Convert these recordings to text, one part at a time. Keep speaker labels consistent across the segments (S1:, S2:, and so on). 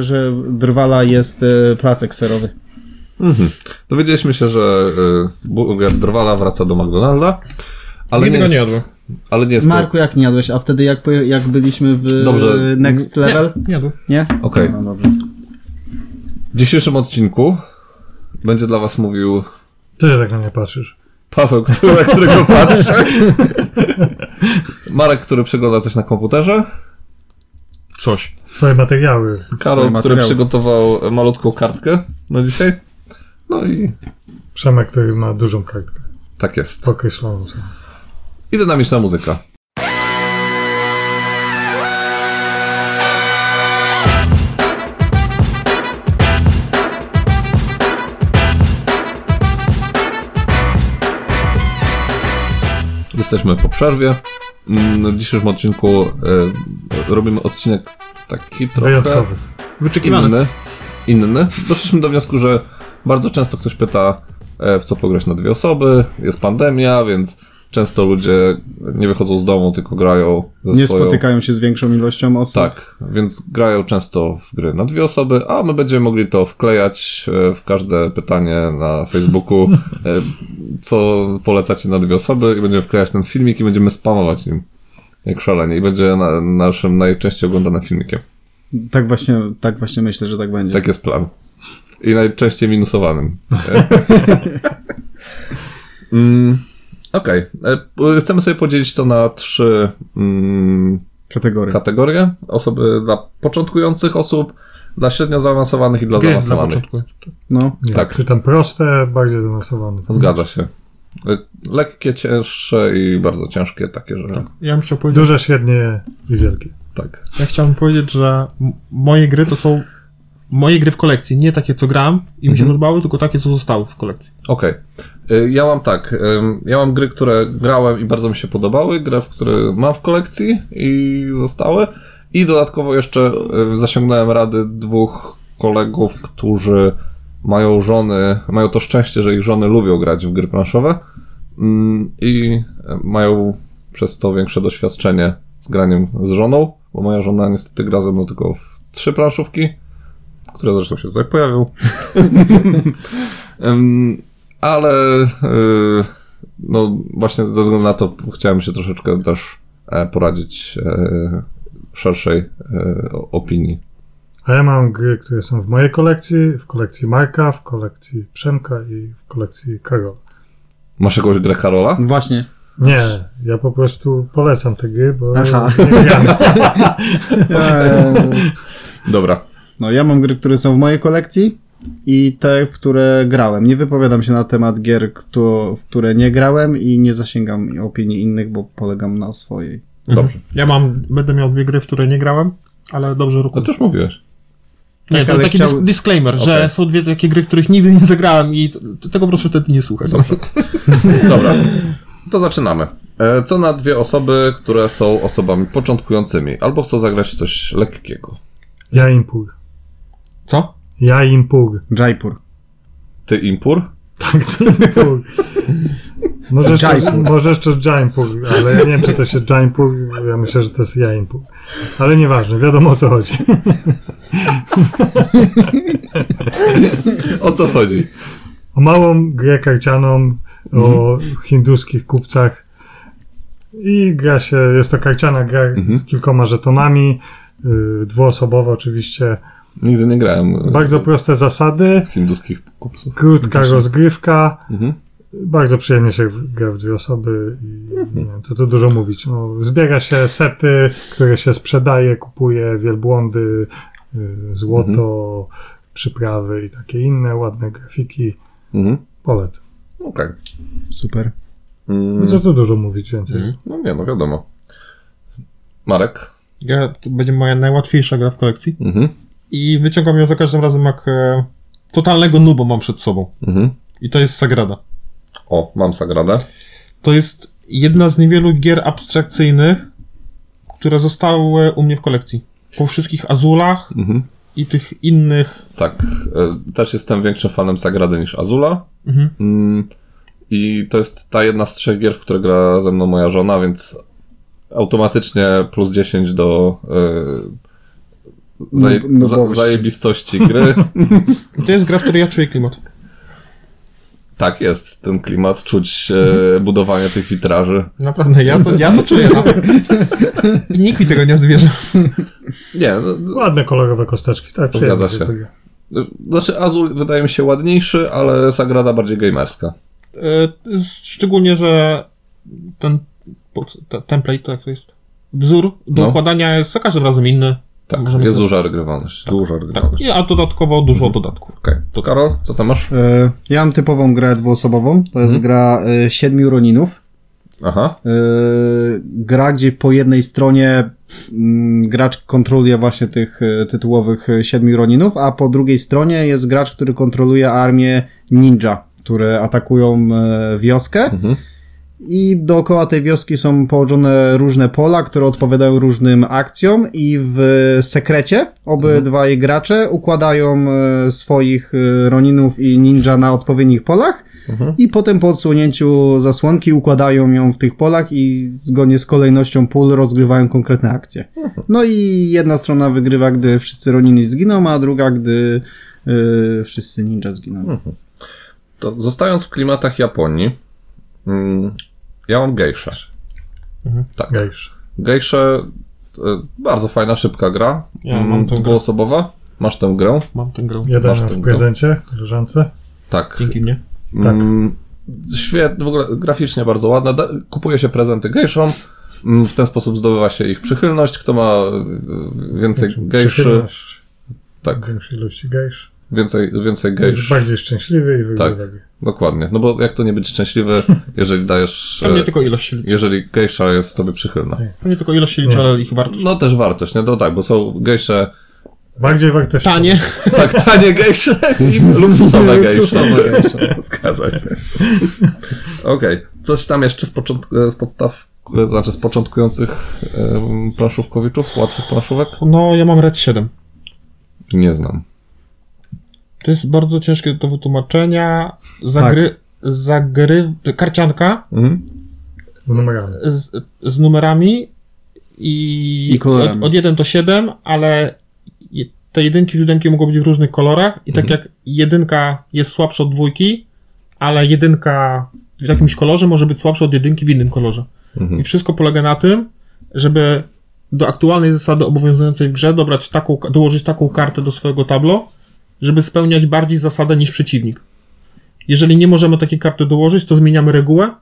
S1: że drwala jest e, placek serowy.
S2: Mhm. Dowiedzieliśmy się, że y, burger Drwala wraca do McDonalda, ale nie,
S3: Nigdy go
S2: jest,
S3: nie jadłem.
S2: ale nie jest
S1: Marku, jak nie jadłeś? A wtedy jak, poje- jak byliśmy w
S2: Dobrze.
S1: Next Level?
S3: Nie jadłem.
S1: Nie?
S2: to... Okej.
S1: No dobrze.
S2: W dzisiejszym odcinku będzie dla was mówił
S3: Ty tak na mnie patrzysz.
S2: Paweł, który, na którego patrzę. Marek, który przegląda coś na komputerze.
S4: Coś.
S3: Swoje materiały.
S2: Karol, który
S1: materiały.
S2: przygotował malutką kartkę na dzisiaj. No i
S3: Przemek, który ma dużą kartkę.
S2: tak jest.
S3: Określoną. sobie.
S2: I dynamiczna muzyka. Jesteśmy po przerwie. Mm, W dzisiejszym odcinku e, robimy odcinek taki trochę
S3: Wyjątkowy.
S4: Wyczekiwane.
S2: inny. Inny. Doszliśmy do wniosku, że bardzo często ktoś pyta, e, w co pograć na dwie osoby, jest pandemia, więc często ludzie nie wychodzą z domu, tylko grają ze
S1: Nie
S2: swoją...
S1: spotykają się z większą ilością osób.
S2: Tak, więc grają często w gry na dwie osoby, a my będziemy mogli to wklejać e, w każde pytanie na Facebooku, e, co polecacie na dwie osoby i będziemy wklejać ten filmik i będziemy spamować nim jak szalenie i będzie na, naszym najczęściej oglądanym filmikiem.
S1: Tak właśnie, tak właśnie myślę, że tak będzie.
S2: Tak jest plan. I najczęściej minusowanym. mm, Okej. E, p- Chcemy sobie podzielić to na trzy mm,
S1: Kategorie.
S2: kategorie. Osoby dla początkujących osób, dla średnio zaawansowanych i dla
S4: Gry na
S2: zaawansowanych.
S4: początku.
S1: No.
S3: Nie,
S2: Tak.
S3: Czy tam proste, bardziej domasowane.
S2: Zgadza się. E, Lekkie, cięższe i bardzo ciężkie takie, że tak.
S4: Ja bym chciał powiedzieć,
S3: Duże, średnie i wielkie.
S4: ja chciałbym powiedzieć, że m- moje gry to są moje gry w kolekcji. Nie takie, co gram i mi się
S2: Mhm.
S4: podobały, tylko takie, co zostały w kolekcji.
S2: Okej. Y, Ja mam tak. ym, Ja mam gry, które grałem i bardzo mi się podobały, gry, w które mam w kolekcji i zostały. I dodatkowo jeszcze y, zasiągnąłem rady dwóch kolegów, którzy mają żony, mają to szczęście, że ich żony lubią grać w gry planszowe mm, i y, mają przez to większe doświadczenie z graniem z żoną, bo moja żona niestety gra ze mną tylko w trzy planszówki, które zresztą się tutaj pojawią. Ym, ale yy, no właśnie ze względu na to chciałem się troszeczkę też e, poradzić e, szerszej e, o- opinii.
S3: A ja mam gry, które są w mojej kolekcji, w kolekcji Marka, w kolekcji Przemka i w kolekcji Karola.
S2: Masz jakąś grę Karola?
S1: Właśnie.
S3: Nie, ja po prostu polecam te gry, bo
S1: Aha.
S3: nie gram.
S1: Eee,
S2: Dobra.
S1: No, ja mam gry, które są w mojej kolekcji i te, w które grałem. Nie wypowiadam się na temat gier, kto, w które nie grałem i nie zasięgam opinii innych, bo polegam na swojej.
S2: Dobrze.
S4: Ja mam, będę miał dwie gry, w które nie grałem, ale dobrze roku.
S2: No to już mówiłeś.
S4: Nie,
S1: Tak,
S4: to
S1: ale
S4: taki
S1: chciał-
S4: dis- disclaimer,
S2: Okej.
S4: że są dwie takie gry, których nigdy nie zagrałem i t- t- tego po prostu wtedy nie słuchaj.
S2: Dobrze. Dobra. To zaczynamy. E, Co na dwie osoby, które są osobami początkującymi albo chcą zagrać w coś lekkiego?
S3: Ja impur.
S4: Co?
S3: Ja impur.
S1: Jaipur.
S2: Ty Impur?
S3: Tak, to impur. Może jeszcze,
S1: Jaipur.
S3: może jeszcze Jaimpur, ale ja nie wiem, czy to się Jaimpur, ja myślę, że to jest Jaimpur. Ale nieważne, wiadomo o co chodzi.
S2: O co chodzi?
S3: O małą grę karcianą, o hinduskich kupcach. I gra się, jest to karciana gra z kilkoma żetonami, yy, dwuosobowa oczywiście.
S2: Nigdy nie grałem e,
S3: Bardzo proste zasady,
S2: hinduskich kupców.
S3: krótka
S1: Właśnie.
S3: rozgrywka.
S2: Mhm.
S3: Bardzo przyjemnie się w- gra w dwie osoby i
S2: Mhm.
S3: nie wiem, co tu dużo mówić. No, zbiera się sety, które się sprzedaje, kupuje wielbłądy, y, złoto, przyprawy i takie inne ładne grafiki.
S2: Mhm.
S3: Polecam. No,
S2: Okej.
S1: Super.
S2: Mm.
S3: Co tu dużo mówić więcej?
S2: No nie, no wiadomo. Marek.
S4: Ja, to będzie moja najłatwiejsza gra w kolekcji
S2: Mhm.
S4: i wyciągam ją za każdym razem jak e, totalnego nubo mam przed sobą.
S2: Mhm.
S4: I to jest Sagrada.
S2: O, mam Sagradę.
S4: To jest jedna z niewielu gier abstrakcyjnych, które zostały u mnie w kolekcji. Po wszystkich Azulach
S2: Mhm.
S4: i tych innych.
S2: Tak, e, też jestem większym fanem Sagrady niż Azula.
S4: Mhm.
S2: Mm, I to jest ta jedna z trzech gier, w które gra ze mną moja żona, więc automatycznie plus 10 do zaje,
S1: No- no
S2: e, za-
S1: właśnie.
S2: zajebistości gry.
S4: I to jest gra, w której ja czuję klimat.
S2: tak jest, ten klimat, czuć e, budowanie tych witraży.
S4: Naprawdę, ja to, ja to czuję. no. Nawet. I nikt mi tego nie odbierze.
S2: Nie, no,
S3: Ładne kolorowe kosteczki, tak? przyjemnie
S2: się.
S3: tego.
S2: no, znaczy Azul wydaje mi się ładniejszy, ale Sagrada bardziej gamerska.
S4: E, z- Szczególnie, że ten pod- te- template, tak to jest, wzór do
S2: No.
S4: układania jest za każdym razem inny.
S2: Tak,
S4: Możemy
S2: jest
S4: sobie-
S2: duża regrywalność. Duża
S4: Tak,
S2: regrywalność.
S4: i- a dodatkowo dużo dodatków.
S2: Okej, to Karol, co tam masz?
S1: E, Ja mam typową grę dwuosobową. To jest gra e, siedmiu Roninów.
S2: Aha,
S1: E, Gra, gdzie po jednej stronie mm, gracz kontroluje właśnie tych e, tytułowych e, siedmiu Roninów, a po drugiej stronie jest gracz, który kontroluje armię ninja, które atakują e, wioskę.
S2: mhm.
S1: I dookoła tej wioski są położone różne pola, które odpowiadają różnym akcjom i w sekrecie obydwaj gracze układają e, swoich e, roninów i ninja na odpowiednich polach
S2: Mhm.
S1: i potem po odsunięciu zasłonki układają ją w tych polach i zgodnie z kolejnością pól rozgrywają konkretne akcje. No i jedna strona wygrywa, gdy wszyscy ronini zginą, a druga, gdy e, wszyscy ninja zginą.
S2: to zostając w klimatach Japonii, mm, ja mam gejszę. Tak.
S3: Gejsz.
S2: Gejsze, e, bardzo fajna, szybka gra,
S4: Ja
S2: Mm,
S4: mam tą grę.
S2: dwuosobowa. Masz tę grę?
S4: Mam tę grę.
S3: Jeden
S2: Masz ten no.
S3: w
S2: dom.
S3: prezencie, koleżance.
S2: Tak.
S4: Dzięki mnie.
S3: Tak.
S2: Mm, świetnie, w ogóle graficznie bardzo ładna. Da, kupuje się prezenty gejszom. Mm, W ten sposób zdobywa się ich przychylność. Kto ma y, więcej gejszy,
S3: Przychylność,
S2: tak,
S3: Większej ilości gejsz.
S2: więcej, więcej
S3: Jest
S2: gejsz.
S3: bardziej szczęśliwy i wygrywa.
S2: Tak.
S3: gry.
S2: Dokładnie. No bo jak to nie być szczęśliwy, jeżeli dajesz.
S4: Pewnie
S2: e,
S4: tylko ilość się liczy.
S2: Jeżeli gejsza jest tobie przychylna.
S4: Pewnie tylko ilość się liczy, ale ich wartość.
S2: No też wartość, nie? No tak, bo są gejsze.
S3: Bardziej wartościowy.
S4: Tanie.
S2: Tak, tanie gejsze i luksusowe gejsze.
S4: Luksusowe gejsze.
S2: Zgadza się. Okej, coś tam jeszcze z, początk- z podstaw, znaczy z początkujących em, planszówkowiczów, łatwych planszówek?
S4: No, ja mam Red 7.
S2: Nie znam.
S4: To jest bardzo ciężkie do wytłumaczenia. Zagry... Zagry... Karcianka
S2: Mhm.
S3: Numerami.
S4: z, z numerami i,
S1: I kolorami.
S4: Od, od 1 do 7, ale je- te jedynki, siódemki mogą być w różnych kolorach i tak jak jedynka jest słabsza od dwójki, ale jedynka w jakimś kolorze może być słabsza od jedynki w innym kolorze. I
S2: Mhm.
S4: wszystko polega na tym, żeby do aktualnej zasady obowiązującej w grze dobrać taką, dołożyć taką kartę do swojego tablo, żeby spełniać bardziej zasadę niż przeciwnik. Jeżeli nie możemy takiej karty dołożyć, to zmieniamy regułę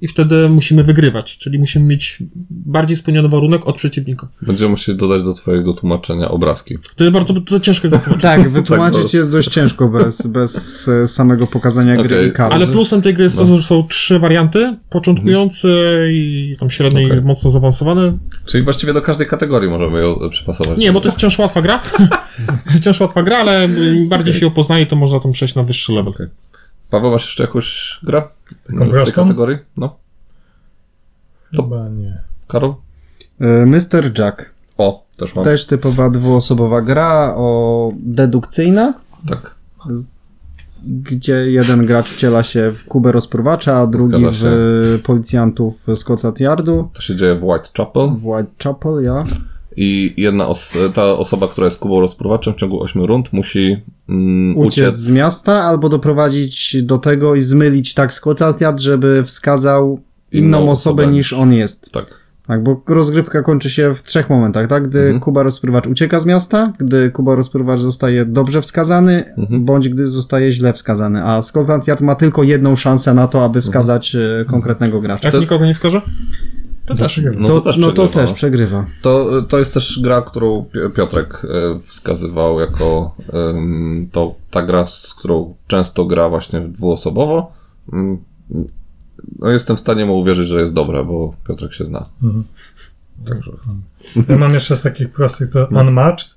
S4: i wtedy musimy wygrywać, czyli musimy mieć bardziej spełniony warunek od przeciwnika.
S2: Będziemy musieli dodać do twojego tłumaczenia obrazki.
S4: To jest bardzo to ciężkie zapowiedź.
S1: Tak,
S2: Tak,
S1: wytłumaczyć
S2: bo-
S1: jest dość ciężko bez, bez e, samego pokazania gry
S2: Okej,
S1: i kart.
S4: Ale plusem tej gry jest to, no. że są trzy warianty, początkujący i tam średni
S2: Okej.
S4: i mocno zaawansowany.
S2: Czyli właściwie do każdej kategorii możemy ją e, przypasować.
S4: Nie, bo to jest wciąż łatwa gra. wciąż łatwa gra, ale im bardziej się ją poznaje, to można tam przejść na wyższy level.
S2: Okej. Paweł, masz jeszcze jakąś grę? w
S3: Taką
S2: tej
S3: prostą?
S2: kategorii? No. To-
S3: Chyba nie.
S2: Karol?
S1: E, Mr. Jack.
S2: O, też mam.
S1: Też typowa dwuosobowa gra o dedukcyjna,
S2: Tak.
S1: gdzie jeden gracz wciela się w Kubę rozprowacza, a drugi
S2: Zgadza
S1: w
S2: się.
S1: e, policjantów Scotland Yardu.
S2: To się dzieje w Whitechapel.
S1: W Whitechapel, ja.
S2: I jedna os- ta osoba, która jest Kubą rozpruwaczem w ciągu 8 rund musi mm,
S1: Uciec, z miasta albo doprowadzić do tego i zmylić tak Scotland Yard, żeby wskazał inną, osobę niż on jest.
S2: Tak.
S1: Tak, bo rozgrywka kończy się w trzech momentach, tak? Gdy
S2: Mhm.
S1: Kuba rozprywacz ucieka z miasta, gdy Kuba rozprywacz zostaje dobrze wskazany,
S2: Mhm.
S1: bądź gdy zostaje źle wskazany. A Scotland Yard ma tylko jedną szansę na to, aby wskazać e, konkretnego gracza.
S3: Tak,
S4: Jak
S2: Mhm. To-
S4: nikogo nie wskaże? To też.
S2: No
S1: to,
S2: to, też
S1: no to
S2: przegrywa.
S1: też przegrywa.
S2: To, to jest też gra, którą Pi- Piotrek e, wskazywał jako em, to, ta gra, z którą często gra właśnie dwuosobowo. Mm, No jestem w stanie mu uwierzyć, że jest dobra, bo Piotrek się zna.
S3: Mhm.
S2: Także.
S3: Ja mam jeszcze z takich prostych to Unmatched,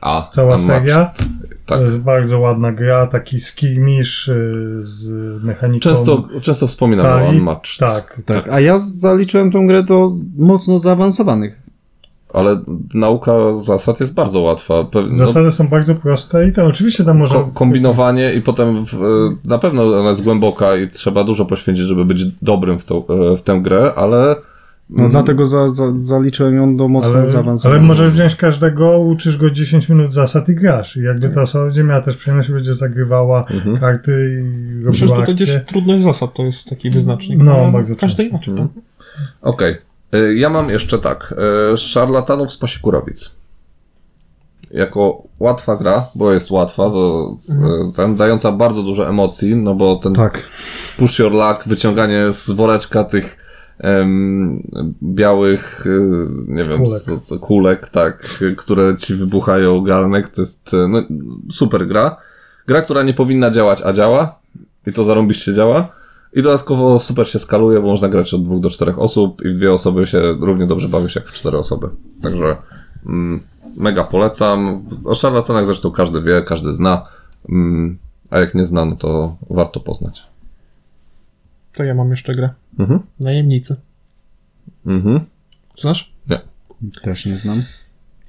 S2: A,
S3: cała
S2: Unmatched.
S3: seria.
S2: Tak.
S3: To jest bardzo ładna gra, taki skirmish y, z mechaniką.
S2: Często, często wspominam
S3: Tak,
S2: o
S3: i-
S2: Unmatched.
S3: Tak.
S1: Tak, a ja zaliczyłem tą grę do mocno zaawansowanych.
S2: Ale nauka zasad jest bardzo łatwa. Pe- no,
S3: Zasady są bardzo proste i tam oczywiście tam może...
S2: Ko- kombinowanie i potem w, e, na pewno ona jest głęboka i trzeba dużo poświęcić, żeby być dobrym w, tą, e, w tę grę, ale
S1: No dlatego za, za, zaliczyłem ją do mocno
S3: Ale, ale
S1: zaawansowanej.
S3: możesz wziąć każdego, uczysz go 10 minut zasad i grasz. I jakby ta osoba będzie miała też przyjemność, będzie zagrywała
S2: Tak. Mhm.
S3: karty i
S4: Przecież
S3: robiła
S4: to
S3: akcje.
S4: też trudność zasad, to jest taki wyznacznik.
S3: No,
S4: ale
S3: bardzo
S4: Każdy
S3: często.
S4: inaczej. tak?
S2: Okej. Y, Ja mam jeszcze tak. y, Szarlatanów z Pasikurowic. Jako łatwa gra, bo jest łatwa, to y, ten, dająca bardzo dużo emocji, no bo ten
S1: Mhm. Tak.
S2: push your luck, wyciąganie z woreczka tych em, białych, y, nie wiem,
S3: Kulek.
S2: Co, co, kulek, tak, y, które ci wybuchają garnek, to jest y, no, super gra. Gra, która nie powinna działać, a działa i to zarąbiście działa. I dodatkowo super się skaluje, bo można grać od dwóch do czterech osób i w dwie osoby się równie dobrze bawisz jak w cztery osoby. Także mm, mega polecam. O szarlatanach zresztą każdy wie, każdy zna. Mm, a jak nie zna, no to warto poznać.
S4: To ja mam jeszcze grę.
S2: Mhm.
S4: Najemnicy.
S2: Mhm.
S4: Znasz?
S1: Też nie znam.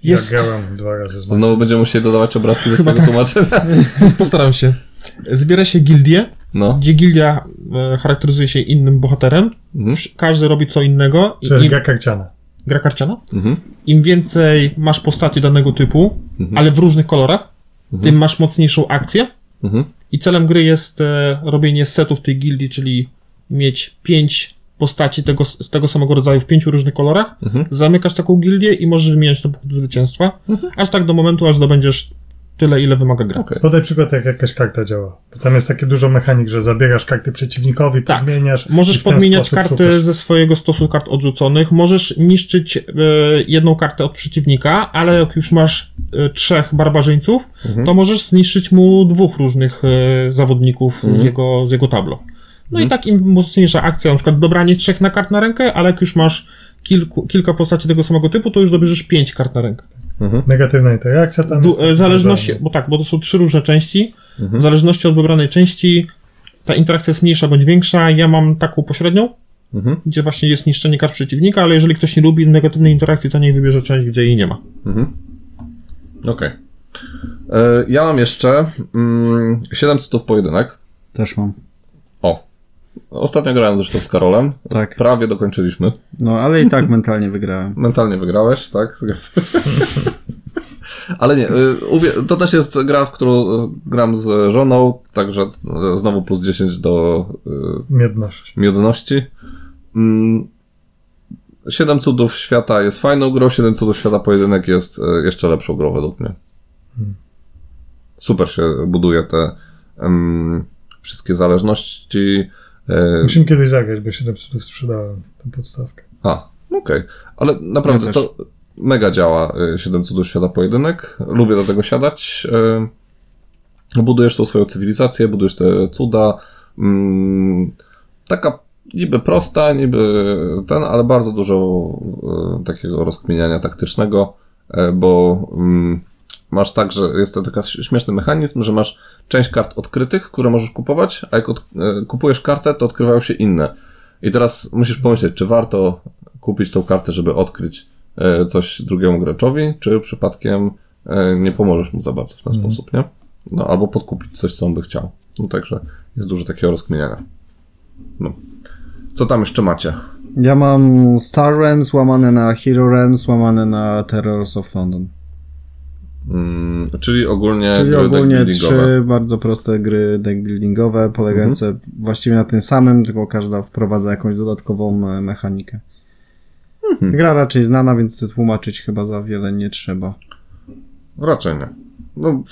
S4: Jest.
S3: Ja grałem dwa razy z
S2: Znowu będziemy musieli dodawać obrazki do
S4: Chyba
S2: tego tłumaczenia.
S4: Postaram się. Zbiera się gildię,
S2: No.
S4: gdzie gildia e, charakteryzuje się innym bohaterem.
S2: Mhm.
S4: Wsz- Każdy robi co innego. I,
S3: To jest
S4: im,
S3: gra karciana.
S4: gra karciana.
S2: Mhm.
S4: Im więcej masz postaci danego typu,
S2: Mhm.
S4: ale w różnych kolorach,
S3: Mhm.
S4: tym masz mocniejszą akcję.
S2: Mhm.
S4: I celem gry jest e, robienie setów tej gildii, czyli mieć pięć postaci tego, z tego samego rodzaju w pięciu różnych kolorach.
S2: Mhm.
S4: Zamykasz taką gildię i możesz wymieniać na punkty zwycięstwa. Aż tak do momentu, aż zdobędziesz tyle, ile wymaga gra.
S2: Okej.
S3: Podaj przykład, jak jakaś karta działa. Bo tam jest takie dużo mechanik, że zabierasz karty przeciwnikowi,
S4: Tak.
S3: podmieniasz. i
S4: Możesz
S3: w ten
S4: podmieniać
S3: sposób
S4: karty
S3: szukasz.
S4: ze swojego stosu kart odrzuconych, możesz niszczyć e, jedną kartę od przeciwnika, ale jak już masz e, trzech barbarzyńców,
S2: Mhm.
S4: to możesz zniszczyć mu dwóch różnych e, zawodników z,
S2: Mhm.
S4: jego, z jego tablo. No
S2: Mhm.
S4: i tak im mocniejsza akcja, na przykład dobranie trzech na kart na rękę, ale jak już masz kilku, kilka postaci tego samego typu, to już dobierzesz pięć kart na rękę.
S2: Mhm.
S3: Negatywna interakcja tam.
S4: Du-
S3: jest
S4: e, w zależności,
S3: dużo.
S4: bo tak, bo to są trzy różne części.
S2: Mhm.
S4: W zależności od wybranej części ta interakcja jest mniejsza bądź większa. Ja mam taką pośrednią,
S2: Mhm.
S4: gdzie właśnie jest niszczenie kart przeciwnika, ale jeżeli ktoś nie lubi negatywnej interakcji, to niech wybierze część, gdzie jej nie ma.
S2: Mhm. Okej. E, Ja mam jeszcze mm, 7 cytów pojedynek.
S1: Też mam.
S2: O. Ostatnio grałem zresztą z Karolem.
S1: Tak.
S2: Prawie dokończyliśmy.
S1: No ale i tak mentalnie wygrałem.
S2: Mentalnie wygrałeś, tak? Ale nie, y, uwie- to też jest gra, w którą y, gram z żoną, także y, znowu plus 10 do y,
S3: Miedność.
S2: miodności. Mm, Siedem cudów świata jest fajną grą, Siedem cudów świata pojedynek jest e, jeszcze lepszą grą według mnie. Super się buduje te em, wszystkie zależności. e,
S3: Musimy kiedyś zagrać, bo 7 cudów sprzedałem tę podstawkę.
S2: a, okej. Ale naprawdę
S1: Ja też.
S2: to mega działa y, Siedem Cudów Świata Pojedynek. Lubię do tego siadać. y, Budujesz tą swoją cywilizację, budujesz te cuda. mm, Taka niby prosta, niby ten, ale bardzo dużo y, takiego rozkminiania taktycznego, y, bo mm, masz tak, że jest to taki śmieszny mechanizm, że masz część kart odkrytych, które możesz kupować, a jak od, y, kupujesz kartę, to odkrywają się inne. I teraz musisz pomyśleć, czy warto kupić tą kartę, żeby odkryć e, coś drugiemu graczowi, czy przypadkiem e, nie pomożesz mu za bardzo w ten
S3: Mhm.
S2: sposób, nie? No, albo podkupić coś, co on by chciał. No także jest dużo takiego rozkminiania. No. Co tam jeszcze macie?
S1: Ja mam Star Realms łamane na Hero Realms łamane na Terrors of London.
S2: Mm, czyli ogólnie
S1: Czyli
S2: gry
S1: ogólnie
S2: deckbuildingowe.
S1: trzy bardzo proste gry deckbuildingowe, polegające
S2: Mhm.
S1: właściwie na tym samym, tylko każda wprowadza jakąś dodatkową e, mechanikę.
S2: Mhm.
S1: Gra raczej znana, więc tłumaczyć chyba za wiele nie trzeba.
S2: Raczej nie. No,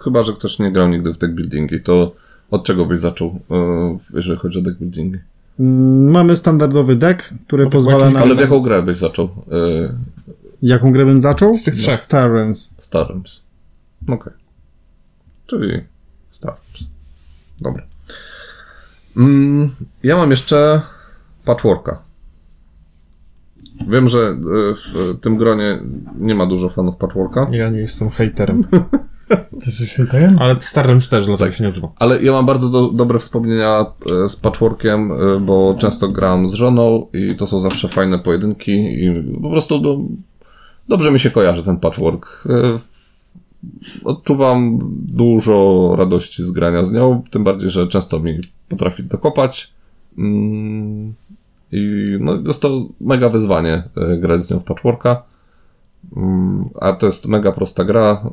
S2: chyba, że ktoś nie grał nigdy w deckbuildingi, to od czego byś zaczął, e, jeżeli chodzi o deckbuildingi?
S1: Mm, Mamy standardowy deck, który
S4: No to
S1: pozwala
S4: jakiś-
S1: na.
S2: Ale tak- w jaką grę byś zaczął? E,
S1: Jaką grę bym zaczął?
S4: Z tych trzech.
S1: Star Realms.
S2: Star Realms. Okej. Czyli Star Realms. Dobra. Mm, ja mam jeszcze Patchworka. Wiem, że e, w tym gronie nie ma dużo fanów Patchworka,
S4: Ja nie jestem hejterem.
S3: Ty jesteś hejterem?
S4: Ale Starrems też, dlatego
S2: Tak.
S4: się nie odzywa.
S2: ale ja mam bardzo do, dobre wspomnienia e, z Patchworkiem, e, bo często gram z żoną i to są zawsze fajne pojedynki i po prostu no, dobrze mi się kojarzy ten Patchwork. E, odczuwam dużo radości z grania z nią, tym bardziej, że często mi potrafi dokopać. Mm, I no, jest to mega wyzwanie e, grać z nią w patchworka. Mm, A to jest mega prosta gra,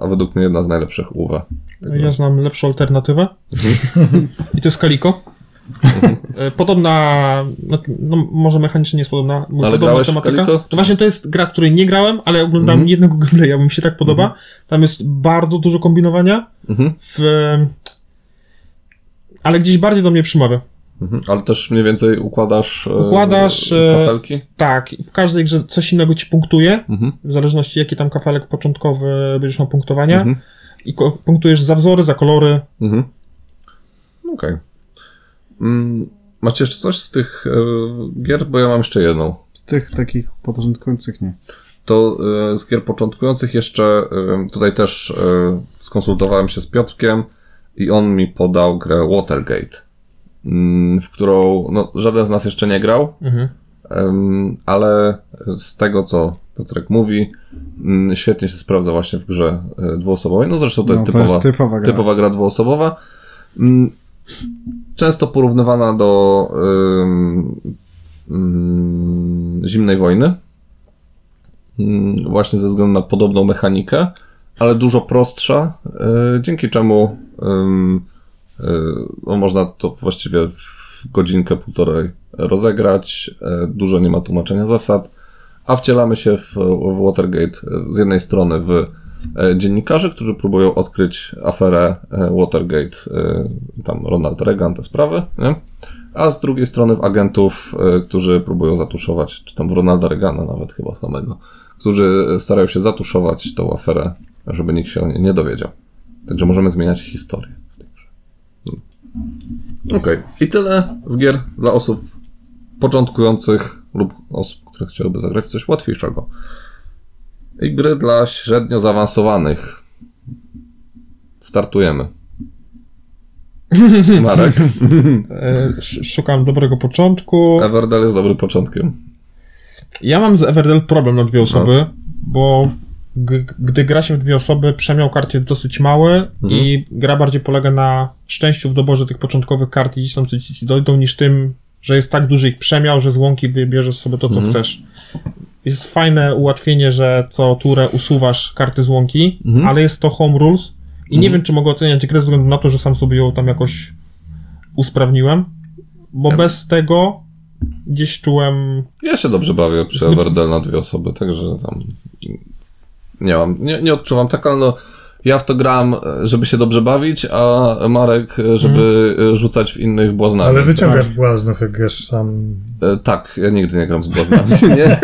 S2: a według mnie jedna z najlepszych UW.
S4: Ja znam lepszą alternatywę. I to jest Kaliko. E, Podobna, no, no, może mechanicznie nie jest podobna, podobna
S2: grałeś w
S4: tematyka.
S2: Calico?
S4: No właśnie to jest gra, której nie grałem, ale oglądałem
S2: Mhm.
S4: jednego gameplaya, bo mi się tak podoba. Tam jest bardzo dużo kombinowania,
S2: Mhm,
S4: w, ale gdzieś bardziej do mnie przymawia.
S2: mhm. Ale też mniej więcej układasz, e,
S4: Układasz, e,
S2: kafelki.
S4: Tak, w każdej grze coś innego ci punktuje,
S2: Mhm,
S4: w zależności jaki tam kafelek początkowy będziesz miał punktowania.
S2: mhm,
S4: I ko- punktujesz za wzory, za kolory.
S2: mhm. Okej. Mm, Macie jeszcze coś z tych e, gier? Bo ja mam jeszcze jedną.
S1: Z tych takich początkujących nie.
S2: To e, z gier początkujących jeszcze e, tutaj też e, skonsultowałem się z Piotrkiem i on mi podał grę Watergate, mm, w którą no, żaden z nas jeszcze nie grał,
S4: Mhm.
S2: em, ale z tego co Piotrek mówi, mm, świetnie się sprawdza właśnie w grze e, dwuosobowej. No zresztą to jest
S1: no,
S2: typowa
S1: to jest typowa gra.
S2: typowa gra dwuosobowa. Mm, Często porównywana do ym, ym, zimnej wojny. Ym, Właśnie ze względu na podobną mechanikę, ale dużo prostsza, y, dzięki czemu ym, y, no, można to właściwie w godzinkę, półtorej rozegrać. y, Dużo nie ma tłumaczenia zasad, a wcielamy się w, w Watergate y, z jednej strony w e, dziennikarzy, którzy próbują odkryć aferę e, Watergate, e, tam Ronald Reagan, te sprawy, nie? a z drugiej strony w agentów, e, którzy próbują zatuszować, czy tam Ronalda Reagana nawet chyba samego, którzy starają się zatuszować tą aferę, żeby nikt się o niej nie dowiedział. Także możemy zmieniać historię w tej grze. Hmm. Okej, i tyle z gier dla osób początkujących lub osób, które chciałyby zagrać w coś łatwiejszego i gry dla średnio zaawansowanych. Startujemy. Marek,
S4: E, sz- Szukam dobrego początku.
S2: Everdell jest dobrym początkiem.
S4: Ja mam z Everdell problem na
S2: No.
S4: dwie osoby, bo g- gdy gra się w dwie osoby, przemiał kart jest dosyć mały
S2: Mhm.
S4: i gra bardziej polega na szczęściu w doborze tych początkowych kart i gdzieś tam co ci ci dojdą, niż tym, że jest tak duży ich przemiał, że z łąki wybierzesz sobie to, co
S2: Mhm.
S4: chcesz. Jest fajne ułatwienie, że co turę usuwasz karty z łąki,
S2: Mhm.
S4: ale jest to home rules i nie
S2: Mhm.
S4: wiem, czy mogę oceniać grę ze względu na to, że sam sobie ją tam jakoś usprawniłem, bo
S2: Ja-
S4: bez tego gdzieś czułem
S2: Ja się dobrze bawię przy Everdell na dwie osoby, także tam nie mam, nie, nie odczuwam tak, ale no ja w to gram, e, żeby się dobrze bawić, a Marek, e, żeby e, rzucać w innych błaznami.
S3: Ale tak. wyciągasz błaznów, jak grasz sam.
S2: E, Tak, ja nigdy nie gram z błaznami. Nie?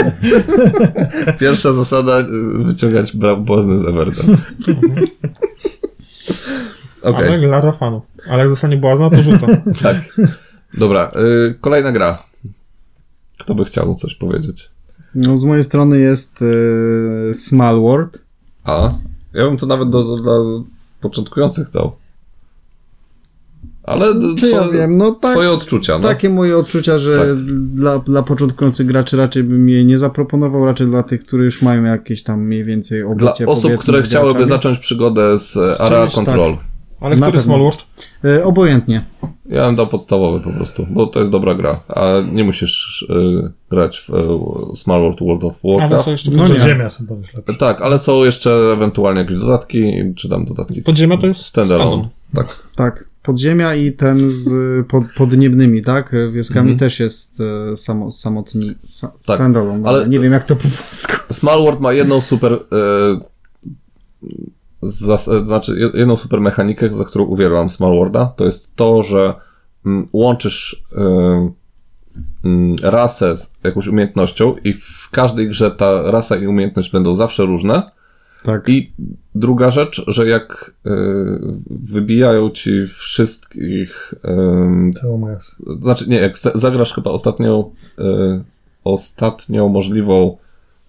S2: Pierwsza zasada e, wyciągać bra- błazny z Everton. Okej,
S4: Ale no dla fanów. Ale jak zostanie błazna, to rzucam.
S2: tak. Dobra, y, kolejna gra. Kto by chciał coś powiedzieć?
S1: No, z mojej strony jest e, Small World.
S2: A? Ja bym to nawet do, do, dla początkujących dał. Ale d-
S1: Czy ja
S2: twoje,
S1: wiem, no tak,
S2: twoje odczucia, no.
S1: takie moje odczucia, że
S2: Tak.
S1: dla, dla początkujących graczy raczej bym je nie zaproponował, raczej dla tych, którzy już mają jakieś tam mniej więcej obycie.
S2: Dla osób,
S1: powiedzmy,
S2: które
S1: z
S2: chciałyby
S1: graczami.
S2: zacząć przygodę z,
S1: Z
S2: z Area
S1: czymś, tak.
S2: Control.
S4: Ale
S1: Na
S4: który
S1: pewno.
S4: Small World?
S1: E, obojętnie.
S2: Ja bym dał podstawowy po prostu, bo to jest dobra gra, a nie musisz y, grać w y, Small World World of
S4: Ale
S2: Warcraft.
S4: są jeszcze
S1: No
S3: No
S4: podziemia.
S1: nie.
S3: ziemia są ponoć lepsze.
S2: Tak, ale są jeszcze ewentualnie jakieś dodatki, czy tam dodatki.
S4: Podziemia to jest
S2: Standalone.
S4: standard.
S2: Tak.
S1: Tak. Podziemia i ten z pod, podniebnymi, tak? Wioskami
S2: Mhm. Tak,
S1: też jest e, samo, samotni. Sa, standalone,
S2: ale-
S1: ale nie wiem jak to po polsku.
S2: Small World ma jedną super. Y, zas, e, znaczy, jed- jedną super mechanikę, za którą uwielbiam Small Worlda, to jest to, że mm, łączysz y, mm, rasę z jakąś umiejętnością i w każdej grze ta rasa i umiejętność będą zawsze różne.
S1: Tak.
S2: I druga rzecz, że jak y, wybijają ci wszystkich. Y,
S3: Całą grę.
S2: znaczy, nie, jak za- zagrasz chyba ostatnią, y, ostatnią możliwą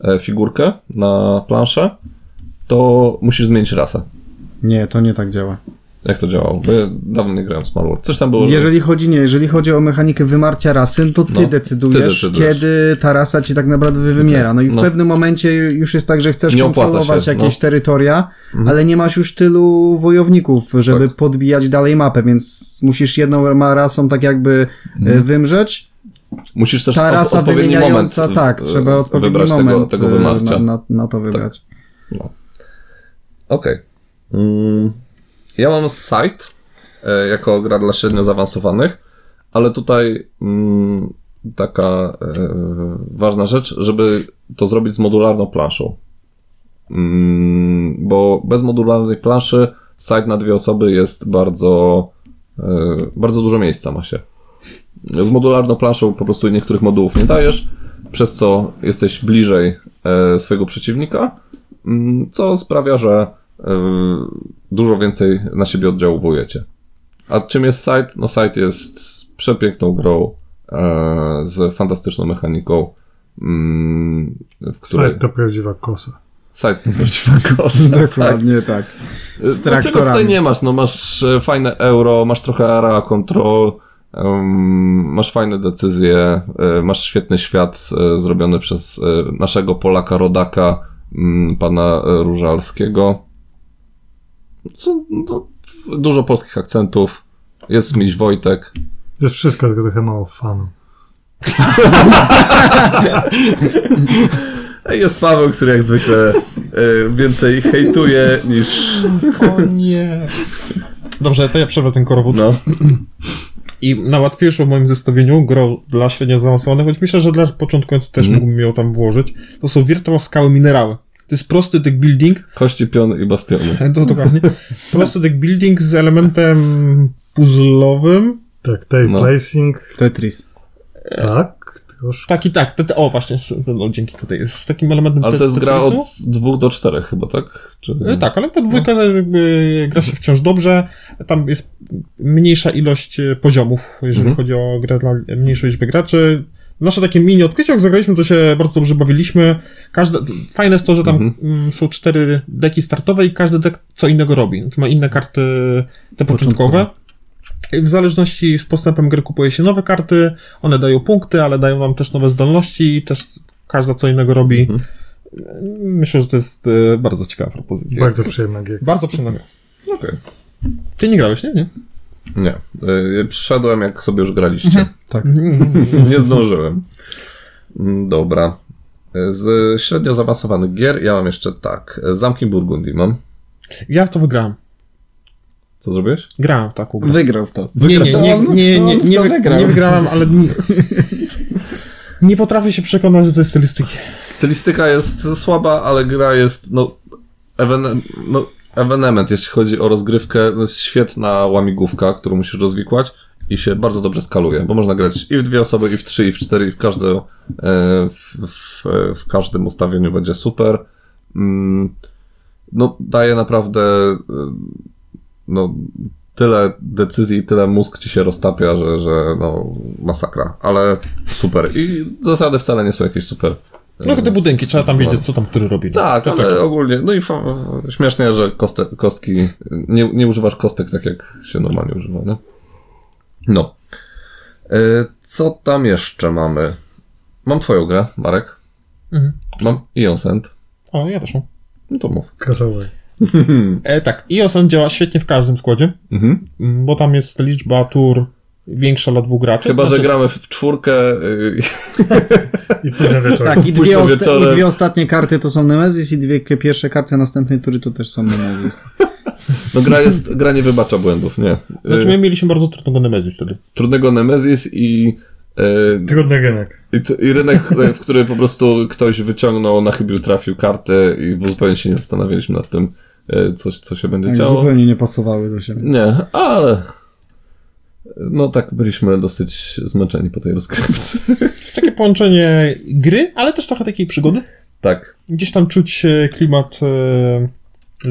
S2: e, figurkę na planszę, to musisz zmienić rasę.
S1: Nie, to nie tak działa.
S2: Jak to działało? Bo ja dawno nie grałem w Small World. Coś tam było. że-
S1: Jeżeli chodzi, nie, jeżeli chodzi o mechanikę wymarcia rasy, to ty,
S2: No,
S1: decydujesz,
S2: ty decydujesz.
S1: kiedy ta rasa ci tak naprawdę wymiera. No i w
S2: No.
S1: pewnym momencie już jest tak, że chcesz
S2: Nie opłaca
S1: kontrolować
S2: się,
S1: jakieś
S2: no.
S1: terytoria,
S2: Mhm.
S1: ale nie masz już tylu wojowników, żeby
S2: Tak.
S1: podbijać dalej mapę, więc musisz jedną ma- rasą tak jakby e, wymrzeć,
S2: Musisz Mhm. też
S1: Ta
S2: od-
S1: rasa
S2: odpowiedni moment.
S1: wymieniająca, tak,
S2: e,
S1: trzeba odpowiedni
S2: wybrać
S1: moment
S2: tego, tego
S1: e, na,
S2: wymarcia.
S1: na, na to wybrać.
S2: Okej. Mm, Ja mam site e, jako gra dla średnio zaawansowanych, ale tutaj mm, taka e, ważna rzecz, żeby to zrobić z modularną planszą. Mm, Bo bez modularnej planszy site na dwie osoby jest bardzo e, bardzo dużo miejsca ma się. Z modularną planszą po prostu niektórych modułów nie dajesz, przez co jesteś bliżej e, swojego przeciwnika. Mm, co sprawia, że y, dużo więcej na siebie oddziałujecie. A czym jest Site? No Site jest przepiękną grą e, z fantastyczną mechaniką, mm, w której...
S3: Side to prawdziwa kosa.
S2: Site to prawdziwa kosa, tak.
S1: Dokładnie tak. Z
S2: No, czego tutaj
S1: traktorami.
S2: nie masz? No masz e, fajne euro, masz trochę area control, em, masz fajne decyzje, e, masz świetny świat e, zrobiony przez e, naszego Polaka rodaka, m, pana e, Różalskiego. Co, no, dużo polskich akcentów. Jest miś Wojtek.
S3: Jest wszystko, tylko trochę mało fanu.
S2: Jest Paweł, który jak zwykle e, więcej hejtuje niż
S4: O nie. Dobrze, to ja przerwę ten korowód.
S2: no.
S4: I na łatwiejszą w moim zestawieniu grą dla średnio zaawansowanych, choć myślę, że dla początkujących też
S2: Mm.
S4: mógłbym ją tam włożyć, to są wirtual skały minerały. To jest prosty deck building,
S2: Kości, piony i bastiony.
S4: to dokładnie, prosty deck building z elementem puzzlowym.
S3: Tak, tej
S2: No.
S3: placing,
S1: Tetris.
S3: tak, troszkę.
S4: Tak i tak, te, te, o właśnie, z, no dzięki tutaj, jest z takim elementem
S2: Ale
S4: te-
S2: to jest gra od
S4: Tetrisu.
S2: 2 do 4 chyba, tak? Czy...
S4: E, Tak, ale podwójka no. jakby gra się wciąż dobrze. Tam jest mniejsza ilość e, poziomów, jeżeli
S2: Mhm.
S4: chodzi o grę dla mniejszej liczby graczy. Nasze takie mini odkrycie, jak zagraliśmy, to się bardzo dobrze bawiliśmy. Każde, fajne jest to, że tam
S2: Mhm.
S4: mm, są cztery deki startowe i każdy dek co innego robi. Znaczy ma inne karty, te początkowe. I w zależności z postępem gry kupuje się nowe karty, one dają punkty, ale dają nam też nowe zdolności, też każda co innego robi.
S2: Mhm.
S4: Myślę, że to jest e, bardzo ciekawa propozycja.
S3: Bardzo przyjemna gierka.
S4: Bardzo przyjemna.
S2: Okej.
S4: Ty nie grałeś, nie? nie?
S2: Nie. Y, Przyszedłem, jak sobie już graliście.
S1: Tak.
S2: Nie zdążyłem. Mm, Dobra. E, Z średnio zaawansowanych gier ja mam jeszcze tak. Zamki Burgundii mam.
S4: Ja to wygrałem.
S2: Co zrobiłeś?
S4: Grałem w taką grę.
S1: Wygrał w to.
S4: Nie, nie, nie,
S1: On-
S4: nie, nie,
S1: on
S4: nie,
S1: w to
S4: wy-
S1: wygrał.
S4: nie wygrałem, ale nie, nie potrafię się przekonać do tej stylistyki.
S2: Stylistyka jest słaba, ale gra jest no, ewene- no ewenement, jeśli chodzi o rozgrywkę. No, jest świetna łamigłówka, którą musisz rozwikłać i się bardzo dobrze skaluje, bo można grać i w dwie osoby, i w trzy, i w cztery, i w każde, e, w, w, w każdym ustawieniu będzie super. Mm, No, daje naprawdę e, no, tyle decyzji, tyle mózg ci się roztapia, że, że no, masakra, ale super. I zasady wcale nie są jakieś super.
S4: No te
S2: e,
S4: budynki, trzeba tam wiedzieć, co tam który robi. no.
S2: tak,
S4: to
S2: ale ogólnie. No i fa- śmiesznie, że koste, kostki. Nie, nie używasz kostek tak, jak się normalnie używa, no? No. E, Co tam jeszcze mamy? Mam twoją grę, Marek.
S4: Mhm.
S2: Mam Ionsend.
S4: O, ja też mam.
S2: No to mów.
S3: Kraszowej.
S4: E, tak, IOSN działa świetnie w każdym składzie,
S2: Mhm.
S4: mm, bo tam jest liczba tur większa dla dwóch graczy.
S2: Chyba, że
S4: Znaczy-
S2: gramy w czwórkę. y,
S3: I później wieczorem.
S1: Tak, i dwie,
S2: Późno
S1: osta-
S2: wieczorem.
S1: i dwie ostatnie karty to są Nemesis i dwie k- pierwsze karty następnej tury to też są Nemesis.
S2: No gra jest, gra nie wybacza błędów, nie. Y,
S4: Znaczy, my mieliśmy bardzo trudnego Nemezis wtedy.
S2: Trudnego Nemesis i, y,
S3: Trudny rynek.
S2: i, t- i rynek, e, w który po prostu ktoś wyciągnął, na chybił trafił kartę i zupełnie się nie zastanawialiśmy nad tym, y, co, co się będzie
S1: Tak,
S2: działo.
S1: zupełnie nie pasowały do siebie.
S2: Nie, ale. No tak, byliśmy dosyć zmęczeni po tej rozgrywce.
S4: To jest takie połączenie gry, ale też trochę takiej przygody.
S2: tak.
S4: Gdzieś tam czuć e, klimat, e,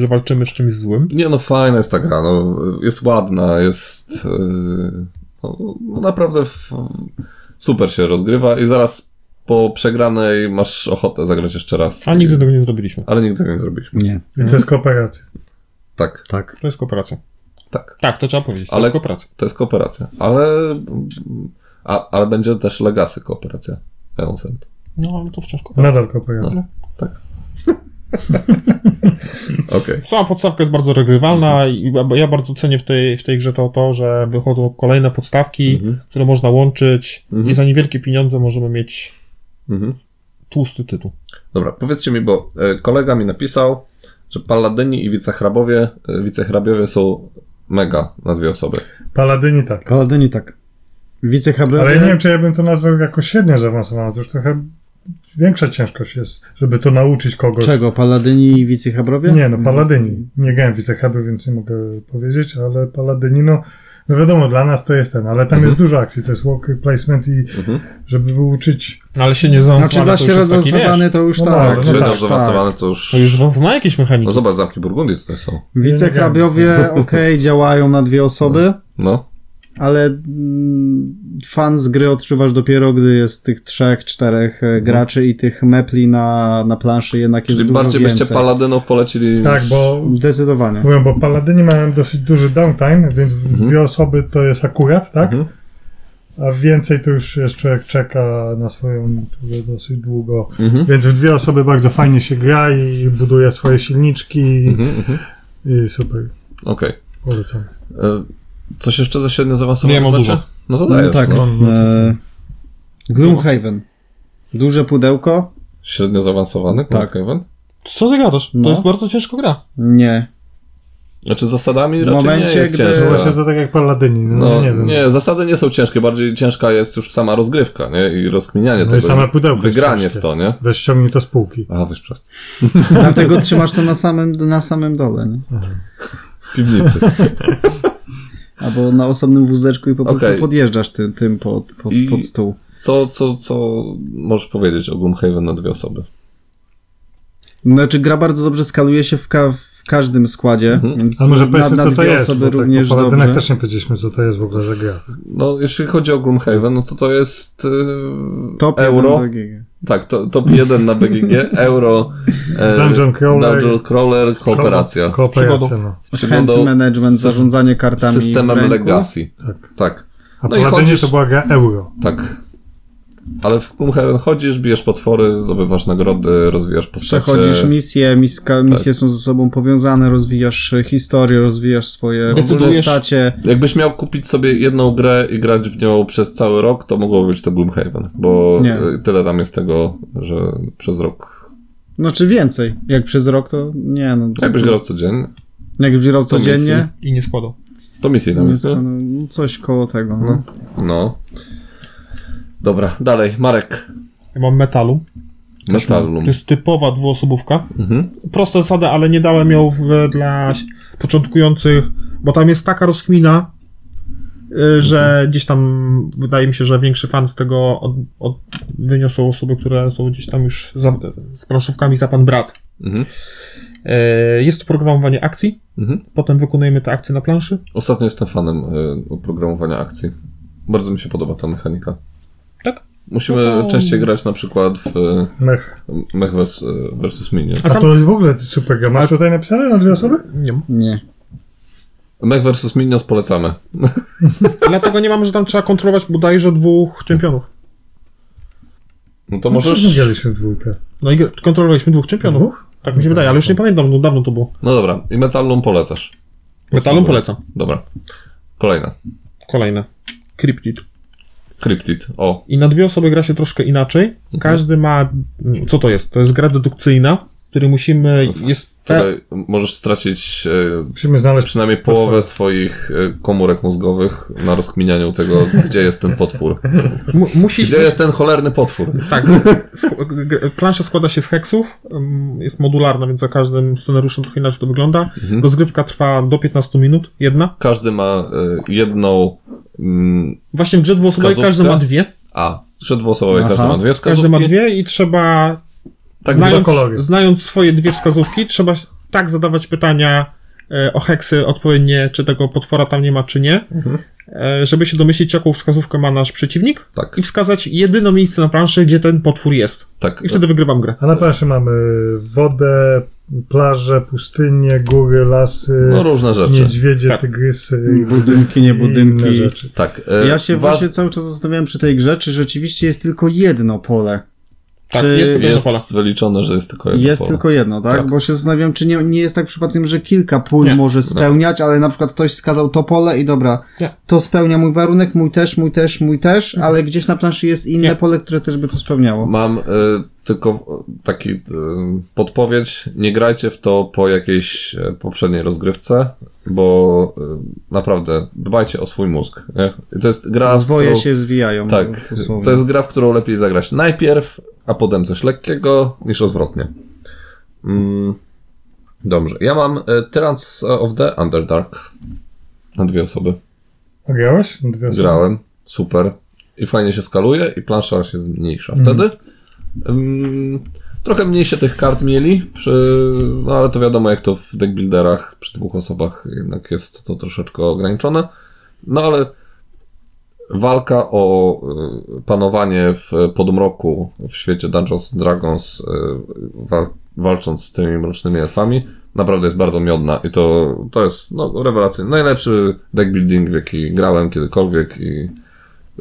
S4: że walczymy z czymś złym.
S2: Nie no, fajna jest ta gra, no, jest ładna, jest. yy, No, no naprawdę f- super się rozgrywa i zaraz po przegranej masz ochotę zagrać jeszcze raz.
S4: A nigdy tego nie zrobiliśmy.
S2: Ale nigdy tego nie zrobiliśmy.
S1: Nie,
S3: I to jest kooperacja.
S2: Tak,
S1: tak.
S4: To jest kooperacja.
S2: tak.
S4: Tak, to trzeba powiedzieć. To
S2: Ale-
S4: jest kooperacja.
S2: To jest kooperacja. Ale. A, ale będzie też Legacy kooperacja. Eonsend.
S4: No, ale to wciąż kooperacja.
S3: Nadal kooperacja.
S2: Tak. Okej.
S4: Sama podstawka jest bardzo regrywalna i ja- ja bardzo cenię w tej, w tej grze to, to, że wychodzą kolejne podstawki,
S2: Mhm.
S4: które można łączyć
S2: Mhm.
S4: i za niewielkie pieniądze możemy mieć
S2: Mhm.
S4: tłusty tytuł.
S2: Dobra, powiedzcie mi, bo e, kolega mi napisał, że paladyni i wicehrabowie, e, wicehrabowie są mega na dwie osoby.
S3: Paladyni tak.
S1: Paladyni tak. Wicehrabowie...
S3: Ale ja nie wiem, czy ja bym to nazwał jako średnio zaawansowane. To już trochę większa ciężkość jest, żeby to nauczyć kogoś.
S1: Czego? Paladyni i wicehrabowie?
S3: Nie, no Paladyni. Nie grałem w Wicechaby, więc nie mogę powiedzieć, ale Paladyni, no, no wiadomo, dla nas to jest ten, ale tam jest dużo akcji, to jest walk placement i
S2: Mhm.
S3: żeby uczyć,
S4: No, Ale się nie
S1: Znaczy
S4: zaawansowany,
S1: dla
S4: to już
S1: się
S4: jest taki, wiesz,
S1: zaawansowany to już
S3: No
S1: tak.
S3: dobra,
S2: Średnio
S3: tak,
S2: zaawansowane to już...
S4: to no już zna jakieś mechaniki.
S2: No zobacz, zamki Burgundii tutaj są.
S1: Wicehrabowie, okej, działają na dwie osoby,
S2: No.
S1: ale mm, fan z gry odczuwasz dopiero, gdy jest tych trzech, czterech e, graczy i tych mepli na, na planszy jednak jest
S2: No. Czyli
S1: dużo
S2: bardziej
S1: więcej.
S2: byście paladynów polecili...
S3: tak, bo
S1: Zdecydowanie.
S3: mówię, bo Paladyni mają dosyć duży downtime, więc w dwie osoby to jest akurat, tak?
S2: Mhm.
S3: A więcej to już jest człowiek czeka na swoją turę dosyć długo.
S2: Mhm.
S3: Więc w dwie osoby bardzo fajnie się gra i buduje swoje silniczki i,
S2: Mhm, mhm.
S3: i super,
S2: Okej.
S3: polecam.
S2: E, Coś jeszcze za średnio zaawansowane
S4: Nie, mam
S2: mecze?
S4: dużo.
S2: No to dajesz,
S1: tak.
S2: no.
S1: E, Gloomhaven. Duże pudełko?
S2: Średnio zaawansowany,
S1: Tak.
S2: tak. Kevin?
S4: Co ty gadasz?
S1: No.
S4: To jest bardzo ciężko gra.
S1: Nie.
S2: Znaczy zasadami
S1: W
S2: raczej
S1: momencie,
S2: nie jest
S1: gdy-
S2: ciężka.
S1: No
S3: Właśnie to tak jak Paladyni, no,
S2: No,
S3: nie wiem.
S2: nie, zasady nie są ciężkie, bardziej ciężka jest już sama rozgrywka, nie? I rozkminianie
S3: No i
S2: tego.
S3: same pudełko jest
S2: Wygranie
S3: ciężkie.
S2: w to, nie?
S3: Weź ściągnij to z półki.
S2: A, wiesz, przez
S1: Dlatego trzymasz to na samym, na samym dole, nie?
S2: w piwnicy.
S1: Albo na osobnym wózeczku i po prostu
S2: Okej.
S1: podjeżdżasz ty, tym pod, pod,
S2: I-
S1: pod stół.
S2: Co, co, co możesz powiedzieć o Gloomhaven na dwie osoby?
S1: Znaczy gra bardzo dobrze skaluje się w, ka w każdym składzie,
S2: Mhm.
S1: więc
S3: A może
S1: na,
S3: powiedzmy,
S1: na
S3: co to
S1: dwie
S3: jest,
S1: osoby
S3: bo tak
S1: również
S3: po paladynach
S1: dobrze.
S3: też nie powiedzieliśmy, co to jest w ogóle za gra.
S2: No, jeśli chodzi o Gloomhaven, no to to jest yy,
S1: Top
S2: euro.
S1: 1 BGG.
S2: Tak, to, top 1 na BGG, euro. e,
S3: Dungeon Crawler.
S2: Dungeon Crawler, kooperacja.
S3: Kooperacja,
S4: przygodą.
S3: no.
S2: Z
S1: Hand
S2: przygodą,
S1: management,
S2: sy-
S1: zarządzanie
S2: z
S1: kartami w
S2: systemem
S1: ręku.
S2: Legacy.
S3: Tak.
S2: Tak,
S3: A
S2: No i
S3: Paladynie
S2: chodzisz-
S3: to była gra euro.
S2: tak. Ale w Gloomhaven chodzisz, bijesz potwory, zdobywasz nagrody, rozwijasz postacie.
S1: Przechodzisz misje,
S2: Tak.
S1: miska, misje są ze sobą powiązane, rozwijasz e, historię, rozwijasz swoje
S4: Decydujesz-
S1: postacie.
S2: Jakbyś miał kupić sobie jedną grę i grać w nią przez cały rok, to mogłoby być to Gloomhaven, bo
S1: Nie.
S2: y, tyle tam jest tego, że przez rok.
S1: Znaczy więcej. Jak przez rok to nie no.
S2: Jakbyś grał codziennie?
S1: Jakbyś grał
S2: 100 misji.
S1: codziennie.
S4: I nie składał.
S2: 100 misji tam jest,
S1: no,
S2: nie?
S1: no, coś koło tego. No.
S2: No. no. Dobra, dalej. Marek.
S4: Ja mam metalu.
S2: Metalum.
S4: To jest typowa dwuosobówka.
S2: Mhm.
S4: Prosta zasada, ale nie dałem ją w, dla si- początkujących, bo tam jest taka rozkmina, y, że gdzieś tam wydaje mi się, że większy fan z tego od, od, wyniosą osoby, które są gdzieś tam już za, z planszówkami za pan brat.
S2: Mhm.
S4: Y, Jest to programowanie akcji,
S2: Mhm.
S4: potem wykonujemy te akcje na planszy.
S2: Ostatnio jestem fanem y, oprogramowania akcji. Bardzo mi się podoba ta mechanika.
S4: Tak?
S2: Musimy
S4: No to-
S2: częściej grać na przykład w y,
S3: Mech.
S2: Mech vs. y, versus Minions.
S4: A
S3: A,
S4: tam-
S3: to jest w ogóle super gra. Masz tutaj napisane na dwie osoby?
S4: Nie ma.
S1: Nie.
S2: Mech vs. Minions polecamy.
S4: Dlatego nie mam, że tam trzeba kontrolować bodajże dwóch czempionów.
S2: No to
S3: No,
S2: możesz...
S3: graliśmy w dwójkę.
S4: No i kontrolowaliśmy dwóch czempionów.
S3: Dwóch?
S4: Tak mi się wydaje, ale już nie pamiętam, no dawno to było.
S2: No dobra, i Metalum polecasz.
S4: Metalum polecam.
S2: Dobra. Kolejna.
S4: Kolejne. Cryptid.
S2: Cryptid. O.
S4: I na dwie osoby gra się troszkę inaczej.
S2: Mhm.
S4: Każdy ma. Co to jest? To jest gra dedukcyjna, który musimy.
S2: No,
S4: Jest. Te,
S2: Tutaj możesz stracić e,
S3: Musimy znaleźć
S2: przynajmniej połowę swoich e, komórek mózgowych na rozkminianiu tego, gdzie jest ten potwór.
S4: mu, musi.
S2: Gdzie jest ten cholerny potwór?
S4: Tak. Sk- g- Plansza składa się z heksów. ym, Jest modularna, więc za każdym scenariuszem trochę inaczej to wygląda.
S2: Mhm.
S4: Rozgrywka trwa do 15 minut. Jedna.
S2: Każdy ma e, jedną. Mm,
S4: Właśnie w grze dwuosobowej
S2: Wskazówka?
S4: każdy ma dwie.
S2: a, trzy dwuosobowe,
S1: Aha.
S2: każdy ma dwie wskazówki.
S4: Każdy ma dwie i trzeba.
S2: Tak,
S4: znając,
S3: dwa kolory.
S4: znając swoje dwie wskazówki, trzeba tak zadawać pytania e, o heksy odpowiednie, czy tego potwora tam nie ma, czy nie,
S2: Mhm.
S4: e, żeby się domyślić, jaką wskazówkę ma nasz przeciwnik
S2: Tak,
S4: i wskazać jedyne miejsce na planszy, gdzie ten potwór jest.
S2: tak.
S4: I wtedy wygrywam grę.
S3: A na planszy mamy wodę, plaże, pustynie, góry, lasy,
S2: No różne rzeczy.
S3: niedźwiedzie,
S4: Tak.
S3: tygrysy
S1: Budynki, Mm, nie
S3: i inne
S1: budynki.
S3: rzeczy.
S2: Tak. e,
S1: Ja się
S2: wa-
S1: właśnie cały czas zastanawiałem przy tej grze, czy rzeczywiście jest tylko jedno pole.
S4: Tak,
S1: Czy-
S4: jest tylko
S2: Jest
S4: jest... zapala.
S2: wyliczone, że jest tylko jedno
S1: Jest
S2: pole.
S1: tylko jedno, tak?
S2: Tak.
S1: Bo się zastanawiam, czy nie, nie jest tak przypadkiem, że kilka pól
S4: Nie.
S1: może spełniać, ale na przykład ktoś skazał to pole i dobra,
S4: Nie.
S1: to spełnia mój warunek, mój też, mój też, mój też,
S2: Mhm.
S1: ale gdzieś na planszy jest inne
S4: Nie.
S1: pole, które też by to spełniało.
S2: Mam y, tylko y, taki y, podpowiedź. Nie grajcie w to po jakiejś y, poprzedniej rozgrywce, bo y, naprawdę dbajcie o swój mózg. Nie? To jest gra. w
S1: Zwoje
S2: którą-
S1: się zwijają. no,
S2: Tak,
S1: dosłownie.
S2: to jest gra, w którą lepiej zagrać najpierw, a potem coś lekkiego, niż odwrotnie. Mm, dobrze, ja mam y, Tyrants of the Underdark na dwie osoby.
S3: A grałeś? Dwie osoby.
S2: Grałem, super. I fajnie się skaluje i plansza się zmniejsza wtedy. Ym, trochę mniej się tych kart mieli, przy, no ale to wiadomo jak to w deckbuilderach przy dwóch osobach jednak jest to troszeczkę ograniczone. No ale walka o y, panowanie w podmroku w świecie Dungeons and Dragons y, wa- walcząc z tymi mrocznymi elfami naprawdę jest bardzo miodna i to, to jest no, rewelacja. Najlepszy deck building, w jaki grałem kiedykolwiek i...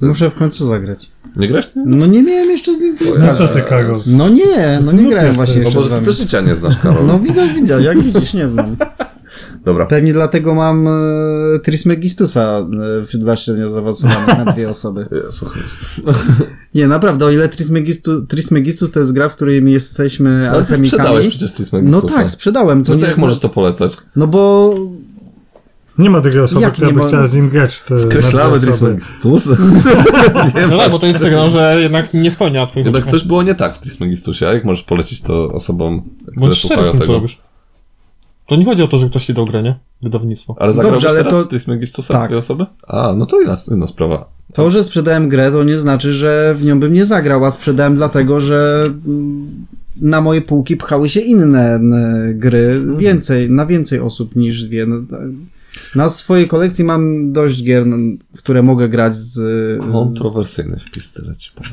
S1: Muszę w końcu zagrać.
S2: Nie grasz? Nie?
S1: No nie miałem jeszcze z nim
S3: No
S1: grać.
S3: co ty, Kago?
S1: No nie, no nie
S3: No
S1: grałem
S3: to
S1: właśnie
S2: tak-
S1: jeszcze
S2: No bo
S1: z
S2: ty
S1: wami.
S2: też życia nie znasz, Karol.
S1: No widzę, widzę, jak widzisz, nie znam.
S2: Dobra.
S1: Pewnie dlatego mam e, Trismegistusa e, w- dla średnio zaawansowanych na dwie osoby.
S2: E, Słuchaj,
S1: Nie, naprawdę, o ile Trismegistu, Trismegistus to jest gra, w której my jesteśmy
S2: ale ty sprzedałeś
S1: alchemikami.
S2: przecież Trismeg
S1: No tak, sprzedałem, co
S2: No
S1: nie
S2: to jak
S1: jest...
S2: możesz to polecać?
S1: No bo...
S3: Nie ma takiej osoby,
S1: Jak
S3: która
S1: nie
S3: by
S1: ma?
S3: chciała z nim grać. w Te
S2: Skreślamy
S3: na dwie osoby.
S2: Trismegistus.
S4: No tak, bo to jest sygnał, że jednak nie spełnia twoich
S2: Jednak
S4: oczekiwań.
S2: coś było nie tak w Trismegistusie, a jak możesz polecić to osobom, które
S4: Bądź szczery w
S2: słuchają
S4: tym, co
S2: tego?
S4: robisz. To nie chodzi o to, że ktoś ci dał grę, nie? Wydawnictwo.
S2: Ale zagrałeś
S1: Dobrze, ale
S2: teraz
S1: to-
S2: to... Trismegistusa
S1: Tak.
S2: tak. tej osoby? A, no to inaczej, inna sprawa.
S1: To, że sprzedałem grę, to nie znaczy, że w nią bym nie zagrał, a sprzedałem dlatego, że mm, na moje półki pchały się inne n, gry, więcej, na więcej osób niż dwie. No, tak. Na swojej kolekcji mam dość gier, n- w które mogę grać z, Yy, z
S2: Kontrowersyjny wpis, tyle ci powiem.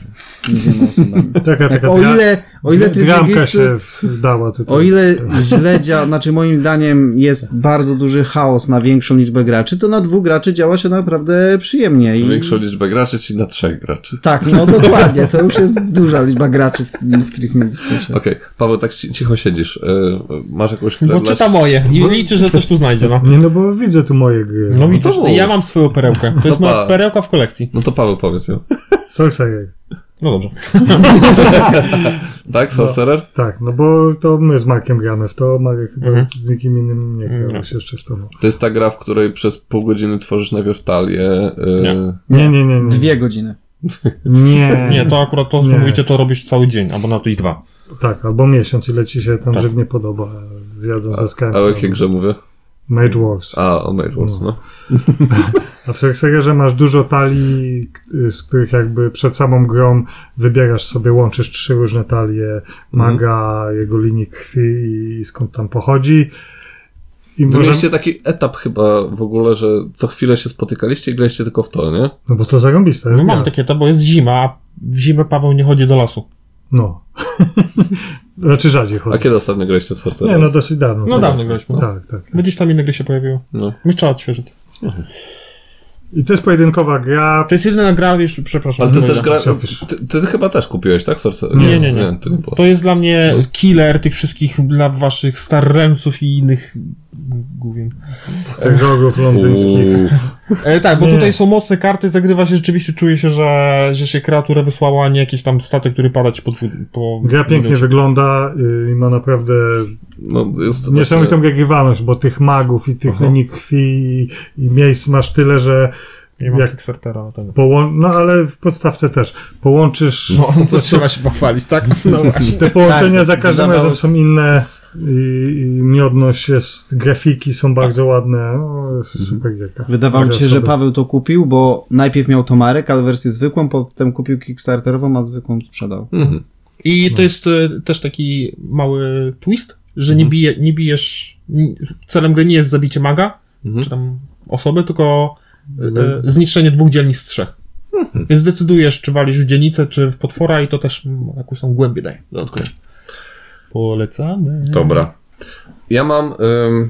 S1: dwiema osobami.
S3: Taka,
S1: Jak,
S3: taka
S1: Tak, o ile, o ile
S3: dramka
S1: Trismegistus...
S3: się wdała tutaj.
S1: O ile źledzia, znaczy moim zdaniem jest bardzo duży chaos na większą liczbę graczy, to na dwóch graczy działa się naprawdę przyjemnie. I...
S2: Większą liczbę graczy ci na trzech graczy.
S1: Tak, no dokładnie, to już jest duża liczba graczy w, w Trismegistusie.
S2: Okej, Paweł, tak ci- cicho siedzisz. Y, Masz jakąś chwilę
S4: Bo
S2: dla-
S4: czyta moje i liczy, że coś tu znajdzie, no.
S3: Nie, no bo widzę tu moje gry.
S4: No widzisz,
S2: mów.
S4: ja mam swoją perełkę. To jest
S2: No
S4: moja
S2: pa.
S4: perełka w kolekcji.
S2: No to Paweł powiedz ją.
S3: Sorcerer.
S4: No dobrze.
S2: Tak, Sorcerer?
S3: Tak, no bo to my z Markiem gramy w to, Marek chyba
S4: Mhm.
S3: z nikim innym nie
S4: Nie.
S3: grałeś jeszcze w to.
S2: To jest ta gra, w której przez pół godziny tworzysz najpierw talię. y,
S4: Nie.
S3: Nie, nie, nie. nie.
S1: Dwie godziny.
S3: Nie.
S4: Nie, to akurat to, o czym
S3: Nie.
S4: mówicie, to robisz cały dzień, albo nawet i dwa.
S3: Tak, albo miesiąc, ile ci się tam
S4: Tak.
S3: żywnie podoba. Wiadomo,
S2: A,
S3: ze skarb.
S2: a o jakiej grze mówię?
S3: Mage Wars.
S2: A, o Mage Wars,
S3: No.
S2: no.
S3: A w Sorcererze masz dużo talii, k- z których jakby przed samą grą wybierasz sobie, łączysz trzy różne talie maga, jego linii krwi i skąd tam pochodzi. I
S2: Wy
S3: możemy-
S2: mieliście taki etap chyba w ogóle, że co chwilę się spotykaliście i graliście tylko w to, nie?
S3: No bo to zarąbiste.
S4: No
S3: ja-
S4: mam takie, to bo jest zima, a w zimę Paweł nie chodzi do lasu.
S3: No. znaczy rzadziej
S2: A
S3: chodzi.
S2: kiedy ostatnio graliście w Sorcerer?
S3: Nie, no dosyć dawno.
S4: No
S3: tak.
S4: dawno graliśmy. No.
S3: Tak, tak.
S4: Bo gdzieś tam inne gry się pojawiło.
S2: no.
S4: My trzeba odświeżyć.
S3: I to jest pojedynkowa gra.
S4: To jest jedyna gra, już przepraszam.
S2: Ale ty
S4: że
S2: też gra...
S4: powiedziałem.
S3: się opisz.
S2: Ty, ty chyba też kupiłeś, tak? Sorcerer?
S4: Nie, nie, nie.
S2: to nie było.
S4: To jest dla mnie killer tych wszystkich dla waszych starremsów i innych główien.
S3: Rogów londyńskich.
S2: Uuu.
S4: E, tak, bo
S3: Nie.
S4: tutaj są mocne karty, zagrywa się rzeczywiście, czuje się, że, że się kreaturę wysłała, a nie jakiś tam statek, który pada ci po... dwu- po
S3: Gra pięknie
S4: minucie.
S3: wygląda y, i ma naprawdę
S2: No, jest to
S3: niesamowitą
S2: właśnie-
S3: grywalność, bo tych magów i tych
S2: Aha.
S3: linii krwi i, i miejsc masz tyle, że
S4: Nie mam
S3: Jak-
S4: Kickstartera na ten.
S3: połą- no ale w podstawce też połączysz
S4: No, to trzeba się pochwalić, tak? No właśnie.
S3: te połączenia
S1: Tak,
S3: za każdym
S1: wydawało
S3: razem
S1: się-
S3: są inne i, i miodność jest, grafiki są bardzo ładne. No, jest super gierka.
S1: Tak. Mhm. Wydawało mi
S3: Dwie
S1: się, że
S3: osoby.
S1: Paweł to kupił, bo najpierw miał to Marek, ale wersję zwykłą, potem kupił Kickstarterową, a zwykłą sprzedał.
S2: Mhm.
S4: I to jest e, też taki mały twist, że nie,
S2: Mhm.
S4: bije, nie bijesz. n- Celem gry nie jest zabicie maga,
S2: Mhm.
S4: czy tam osoby, tylko e, e, zniszczenie dwóch dzielnic z trzech. Więc decydujesz, czy walisz w dzielnicę, czy w potwora, i to też mm, jakąś tam głębię daje.
S2: Okej.
S4: Polecamy.
S2: Dobra. Ja mam. Ym,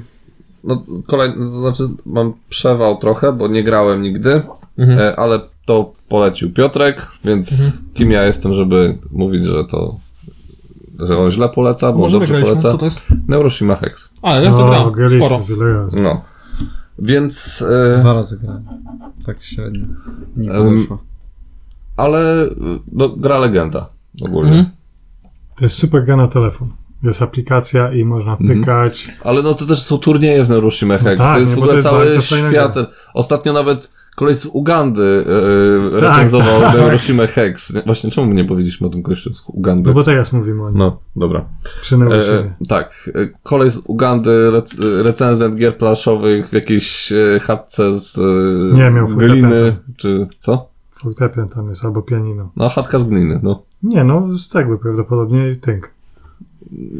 S2: no, kolej, no, to znaczy, mam przewał trochę, bo nie grałem nigdy,
S4: Mhm.
S2: e, ale to polecił Piotrek, więc kim ja jestem, żeby mówić, że to że on źle poleca, bo dobrze poleca.
S4: co to jest?
S2: Neuroshima Hex.
S4: A, ja w to
S3: No,
S4: grałem,
S3: graliśmy
S4: sporo.
S3: wiele razy.
S2: No. Więc... e,
S1: Dwa razy grałem. Tak średnio. Nie
S2: Em,
S1: wyszło.
S2: ale y, no, gra legenda ogólnie.
S4: Mhm.
S3: To jest super gra na telefon. Jest aplikacja i można
S1: Mhm.
S3: pykać.
S2: Ale no to też są turnieje w Neuroshima Hex.
S3: tak,
S2: to jest
S3: nie,
S2: w
S3: bo
S2: ogóle
S3: to jest
S2: cały
S3: bardzo fajna
S2: świat. Ostatnio nawet koleś z Ugandy e, recenzował tak, Neuroshima Hex. Nie, Właśnie czemu nie powiedzieliśmy o tym gościu z Ugandy?
S3: No bo teraz mówimy o nim.
S2: No, dobra.
S3: Przynajmniej
S2: E, tak, e, kolej z Ugandy, rec recenzent gier planszowych w jakiejś e, chatce z e,
S3: Nie, miał
S2: gliny,
S3: fortepian.
S2: czy co?
S3: fortepian tam jest albo pianino.
S2: No, chatka z gliny, no.
S3: Nie no, z cegły prawdopodobnie i tynk.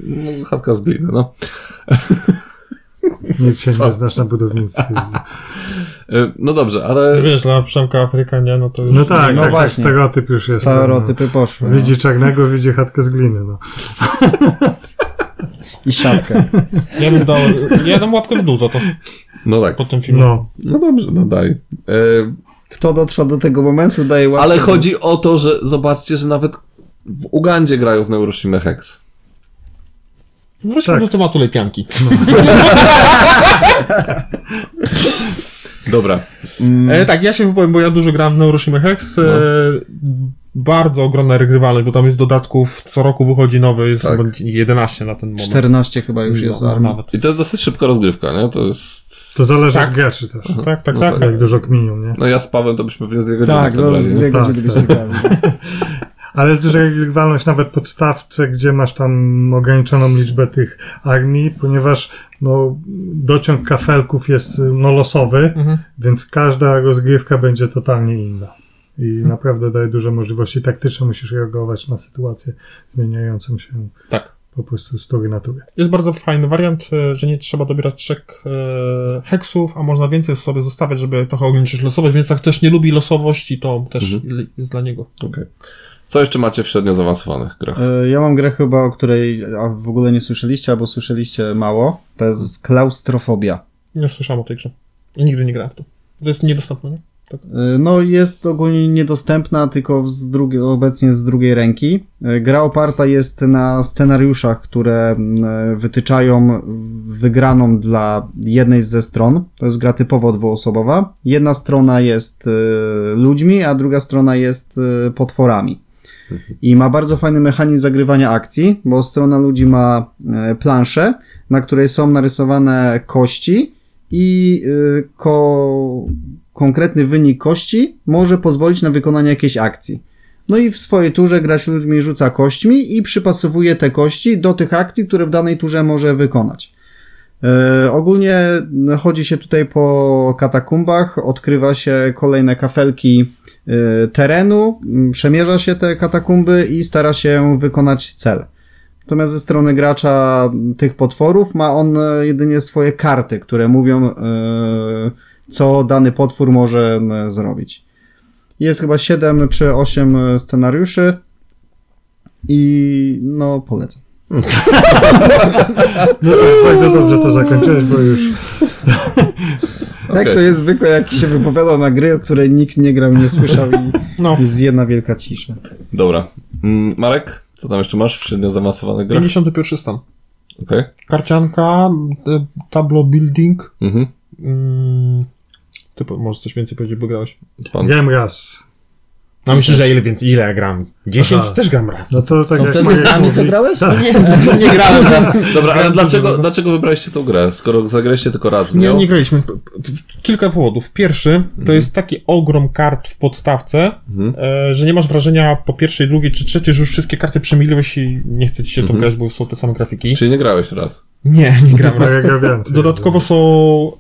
S2: no chatka z gliny, no.
S3: Nic się nie znasz na budownictwie. No
S2: E, no dobrze, ale...
S4: Wiesz, dla Przemka Afrykania, no to już...
S3: No tak,
S1: No
S3: tak, tak
S1: właśnie.
S3: stereotyp już jest.
S1: Stereotypy poszły.
S3: No.
S1: no.
S3: Widzi czarnego, widzi chatkę z gliny. No.
S1: I siatkę.
S4: Ja bym dał, ja dam łapkę w dół za to,
S2: No tak,
S4: po tym filmie.
S3: no.
S2: no dobrze, no daj. E,
S1: Kto dotrwał do tego momentu, daje łapkę.
S2: ale chodzi o to, że zobaczcie, że nawet w Ugandzie grają w Neuroshima Hex.
S4: Wróćmy
S3: Tak.
S4: do tematu lepianki.
S2: Dobra.
S4: E, tak, ja się wypowiem, bo ja dużo gram w Neuroshima Hex. E, bardzo ogromna regrywalność, bo tam jest dodatków, co roku wychodzi nowy, jest
S2: Tak.
S4: chyba 11 na ten moment.
S1: 14 chyba już jest
S4: no,
S1: armii.
S4: nawet.
S2: I to jest dosyć szybka rozgrywka, nie? To jest...
S3: To zależy
S4: Tak.
S3: od graczy też.
S4: Tak, tak,
S2: No
S4: tak.
S2: tak.
S3: Jak dużo kminią, nie?
S2: No ja z Pawłem to byśmy pewnie z jego
S1: Tak,
S2: to
S1: no
S2: grali,
S1: z
S2: nie?
S1: dwie
S3: Tak,
S1: godziny 200 gram.
S3: Ale jest duża regrywalność nawet podstawce, gdzie masz tam ograniczoną liczbę tych armii, ponieważ no, dociąg kafelków jest no, losowy,
S4: Mhm.
S3: więc każda rozgrywka będzie totalnie inna. I naprawdę daje duże możliwości taktyczne, musisz reagować na sytuację zmieniającą się
S4: tak.
S3: po prostu z tury na turę.
S4: Jest bardzo fajny wariant, e, że nie trzeba dobierać trzech e, heksów, a można więcej sobie zostawiać, żeby trochę ograniczyć losowość, więc jak ktoś nie lubi losowości, to też jest dla niego.
S2: Okej. Co jeszcze macie w średnio zaawansowanych grach?
S1: E, Ja mam grę chyba, o której a, w ogóle nie słyszeliście, albo słyszeliście mało. To jest klaustrofobia.
S4: Nie słyszałem o tej grze. Ja nigdy nie grałem w to. To jest niedostępne, nie?
S1: E, No, jest ogólnie niedostępna, tylko z drugiej, obecnie z drugiej ręki. E, Gra oparta jest na scenariuszach, które m, e, wytyczają wygraną dla jednej ze stron. To jest gra typowo dwuosobowa. Jedna strona jest e, ludźmi, a druga strona jest e, potworami. I ma bardzo fajny mechanizm zagrywania akcji, bo strona ludzi ma e, planszę, na której są narysowane kości i y, ko- konkretny wynik kości może pozwolić na wykonanie jakiejś akcji. No i w swojej turze gracz ludźmi rzuca kośćmi i przypasowuje te kości do tych akcji, które w danej turze może wykonać. E, ogólnie m, chodzi się tutaj po katakumbach, odkrywa się kolejne kafelki e, terenu, m, przemierza się te katakumby i stara się wykonać cel. Natomiast ze strony gracza m, tych potworów ma on e, jedynie swoje karty, które mówią, e, co dany potwór może m, zrobić. Jest chyba 7 czy 8 scenariuszy i no polecam.
S3: No tak, bardzo dobrze to zakończyłeś, bo już
S1: Tak to jest zwykle, jak się wypowiada na gry, o której nikt nie grał, nie słyszał i
S4: No.
S1: jest jedna wielka cisza.
S2: Dobra. Mm, Marek, co tam jeszcze masz w średnio zaawansowanych grach?
S4: 51 stan.
S2: Okej.
S4: Karcianka, e, tableau building.
S2: Mhm.
S4: Mm, ty po- może coś więcej powiedzieć, bo grałeś.
S2: Pan.
S3: grałem raz.
S4: No myślę, że ile więcej, ile ja gram? 10
S3: Aha.
S4: też gram raz.
S3: No to tak
S1: To
S3: jak
S1: wtedy
S3: Marek
S1: z nami
S3: mówi-
S1: co grałeś?
S3: Tak,
S4: Nie, nie grałem raz.
S2: Dobra, ale dlaczego, dlaczego wybraliście tą grę, skoro zagraliście tylko raz w
S4: Nie,
S2: nią?
S4: nie graliśmy. P- p- Kilka powodów. Pierwszy, to jest taki ogrom kart w podstawce,
S2: Mhm.
S4: e, że nie masz wrażenia po pierwszej, drugiej czy trzeciej, że już wszystkie karty przemiliłeś i nie chce ci się tą
S2: Mhm.
S4: grać, bo są te same grafiki.
S2: Czyli nie grałeś raz.
S4: Nie, nie gram raz.
S3: Marek gra więcej.
S4: Dodatkowo są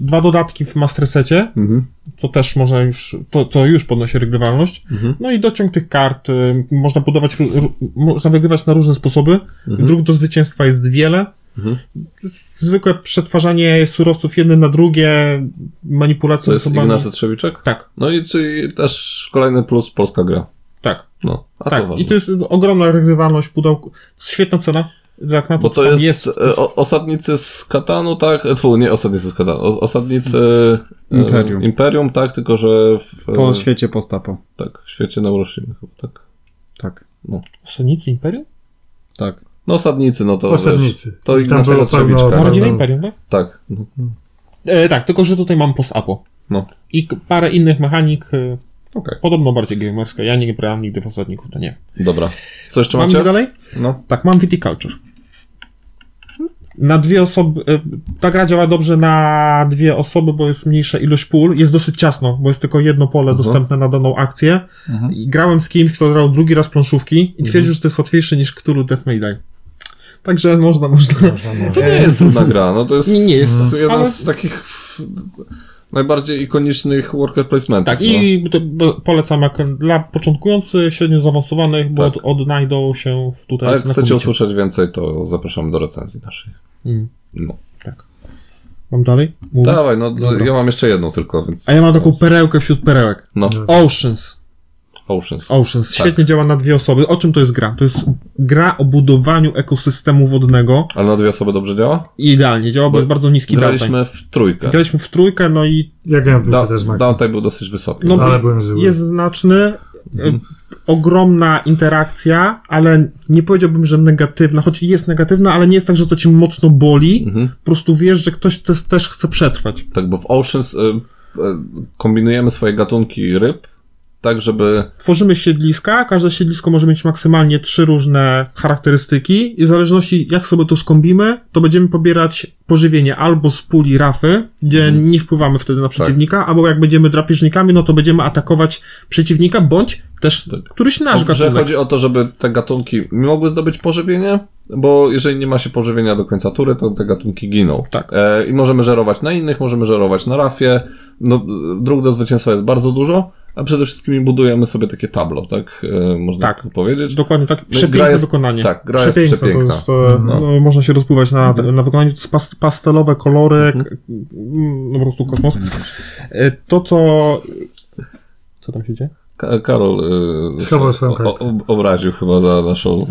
S4: dwa dodatki w Master Secie,
S2: Mhm.
S4: co też można już, to co już podnosi regrywalność.
S2: Mhm.
S4: No i dociąg tych kart, y, można budować, ró- ró- można wygrywać na różne sposoby. Dróg do zwycięstwa jest wiele.
S2: Mhm.
S4: Z- Zwykłe przetwarzanie surowców jedne na drugie,
S2: To
S4: manipulacje
S2: jest
S4: osobami.
S2: Ignacy Trzewiczek?
S4: Tak,
S2: No i czyli też kolejny plus polska gra.
S4: tak,
S2: No, a
S4: tak.
S2: to ważne.
S4: I to jest ogromna regrywalność pudełku. Świetna cena. Jak na to,
S2: Bo
S4: co
S2: to
S4: tam
S2: jest,
S4: jest. to
S2: e, o, osadnicy z Katanu, tak? E, Tfu, nie osadnicy z Katanu. O, osadnicy e,
S1: Imperium.
S2: Imperium, tak? Tylko, że w,
S1: Po
S2: e,
S1: świecie postapo.
S2: tak, w świecie Neuroshima chyba, tak?
S1: Tak.
S4: Sonicy Imperium?
S1: tak.
S2: No osadnicy, no to wiesz,
S3: Osadnicy.
S2: to
S3: I tam
S2: Ignacy
S3: było
S2: Lecewicz,
S3: pełno-
S2: tak.
S4: Narodziny
S3: no.
S4: Imperium, tak?
S2: Tak. No,
S4: E, tak, tylko że tutaj mam post-apo.
S2: No.
S4: I k- parę innych mechanik, e,
S2: okej.
S4: podobno bardziej gamerska. Ja nie brałem nigdy w osadników, to nie.
S2: Dobra. Co jeszcze
S4: Mamy
S2: macie?
S4: dalej?
S2: No.
S4: Tak, mam Viticulture. Na dwie osoby. e, Ta gra działa dobrze na dwie osoby, bo jest mniejsza ilość pól. Jest dosyć ciasno, bo jest tylko jedno pole
S2: Mhm.
S4: dostępne na daną akcję.
S2: Mhm.
S4: I grałem z kimś, kto grał drugi raz planszówki i twierdził, że to jest łatwiejsze niż Cthulhu Death May Die. Także można, można.
S2: To nie jest trudna gra, no to jest,
S4: E, Nie, nie jest,
S2: jeden
S4: ale-
S2: z takich f- najbardziej ikonicznych worker placementów. no.
S4: Tak, i to, bo- polecam jak dla początkujących, średnio zaawansowanych, bo
S2: Tak.
S4: od, odnajdą się
S2: no.
S4: tutaj
S2: Ale jak chcecie
S4: znakomicie.
S2: usłyszeć więcej, to zapraszamy do recenzji naszej.
S4: Mm.
S2: No.
S4: Mam dalej? Mówić?
S2: Dawaj, no d-
S4: Dobra.
S2: ja mam jeszcze jedną tylko, więc...
S4: A ja mam taką perełkę wśród perełek.
S2: No,
S4: Oceans.
S3: No.
S2: Oceans.
S4: Oceans.
S2: Tak.
S4: Świetnie działa na dwie osoby. O czym to jest gra? To jest gra o budowaniu ekosystemu wodnego.
S2: Ale na dwie osoby dobrze działa?
S4: I idealnie działa, bo
S2: Bo
S4: jest bardzo niski downtime.
S2: Graliśmy tak. w trójkę.
S4: Graliśmy w trójkę, no i
S3: Ja grałem w
S2: Da,
S3: dwójkę też Mac.
S2: downtime był dosyć wysoki.
S4: No,
S3: Ale byłem zły.
S4: jest znaczny.
S2: Mhm.
S4: e, Ogromna interakcja, ale nie powiedziałbym, że negatywna, choć jest negatywna, ale nie jest tak, że to ci mocno boli.
S2: Mhm.
S4: Po prostu wiesz, że ktoś też, też chce przetrwać.
S2: Tak, bo w Oceans y, y, kombinujemy swoje gatunki ryb, tak żeby...
S4: Tworzymy siedliska, każde siedlisko może mieć maksymalnie trzy różne charakterystyki i w zależności jak sobie to skombimy, to będziemy pobierać pożywienie albo z puli rafy, gdzie
S2: Mhm.
S4: nie wpływamy wtedy na przeciwnika, albo jak będziemy drapieżnikami, no to będziemy atakować przeciwnika, bądź też
S2: Tak.
S4: któryś nasz
S2: Bo, że
S4: gatunek.
S2: chodzi o to, żeby te gatunki mogły zdobyć pożywienie, bo jeżeli nie ma się pożywienia do końca tury, to te gatunki giną.
S4: Tak.
S2: E, I możemy żerować na innych, możemy żerować na rafie. No, e, dróg do zwycięstwa jest bardzo dużo, a przede wszystkim budujemy sobie takie tablo, tak? E, można
S4: Tak.
S2: tak. powiedzieć.
S4: Dokładnie tak,
S2: gra
S4: przepiękne
S2: jest-
S4: wykonanie.
S2: Tak, gra jest
S4: To
S2: przepiękna.
S4: jest, e,
S2: No. Mhm.
S4: no. można się rozpływać na, na wykonaniu. To jest pas, pastelowe kolory, k- mm, no po prostu kosmos. E, To, co... Co tam się dzieje?
S2: Ka- Karol e,
S3: Schował swoją
S2: o, o, obraził chyba za naszą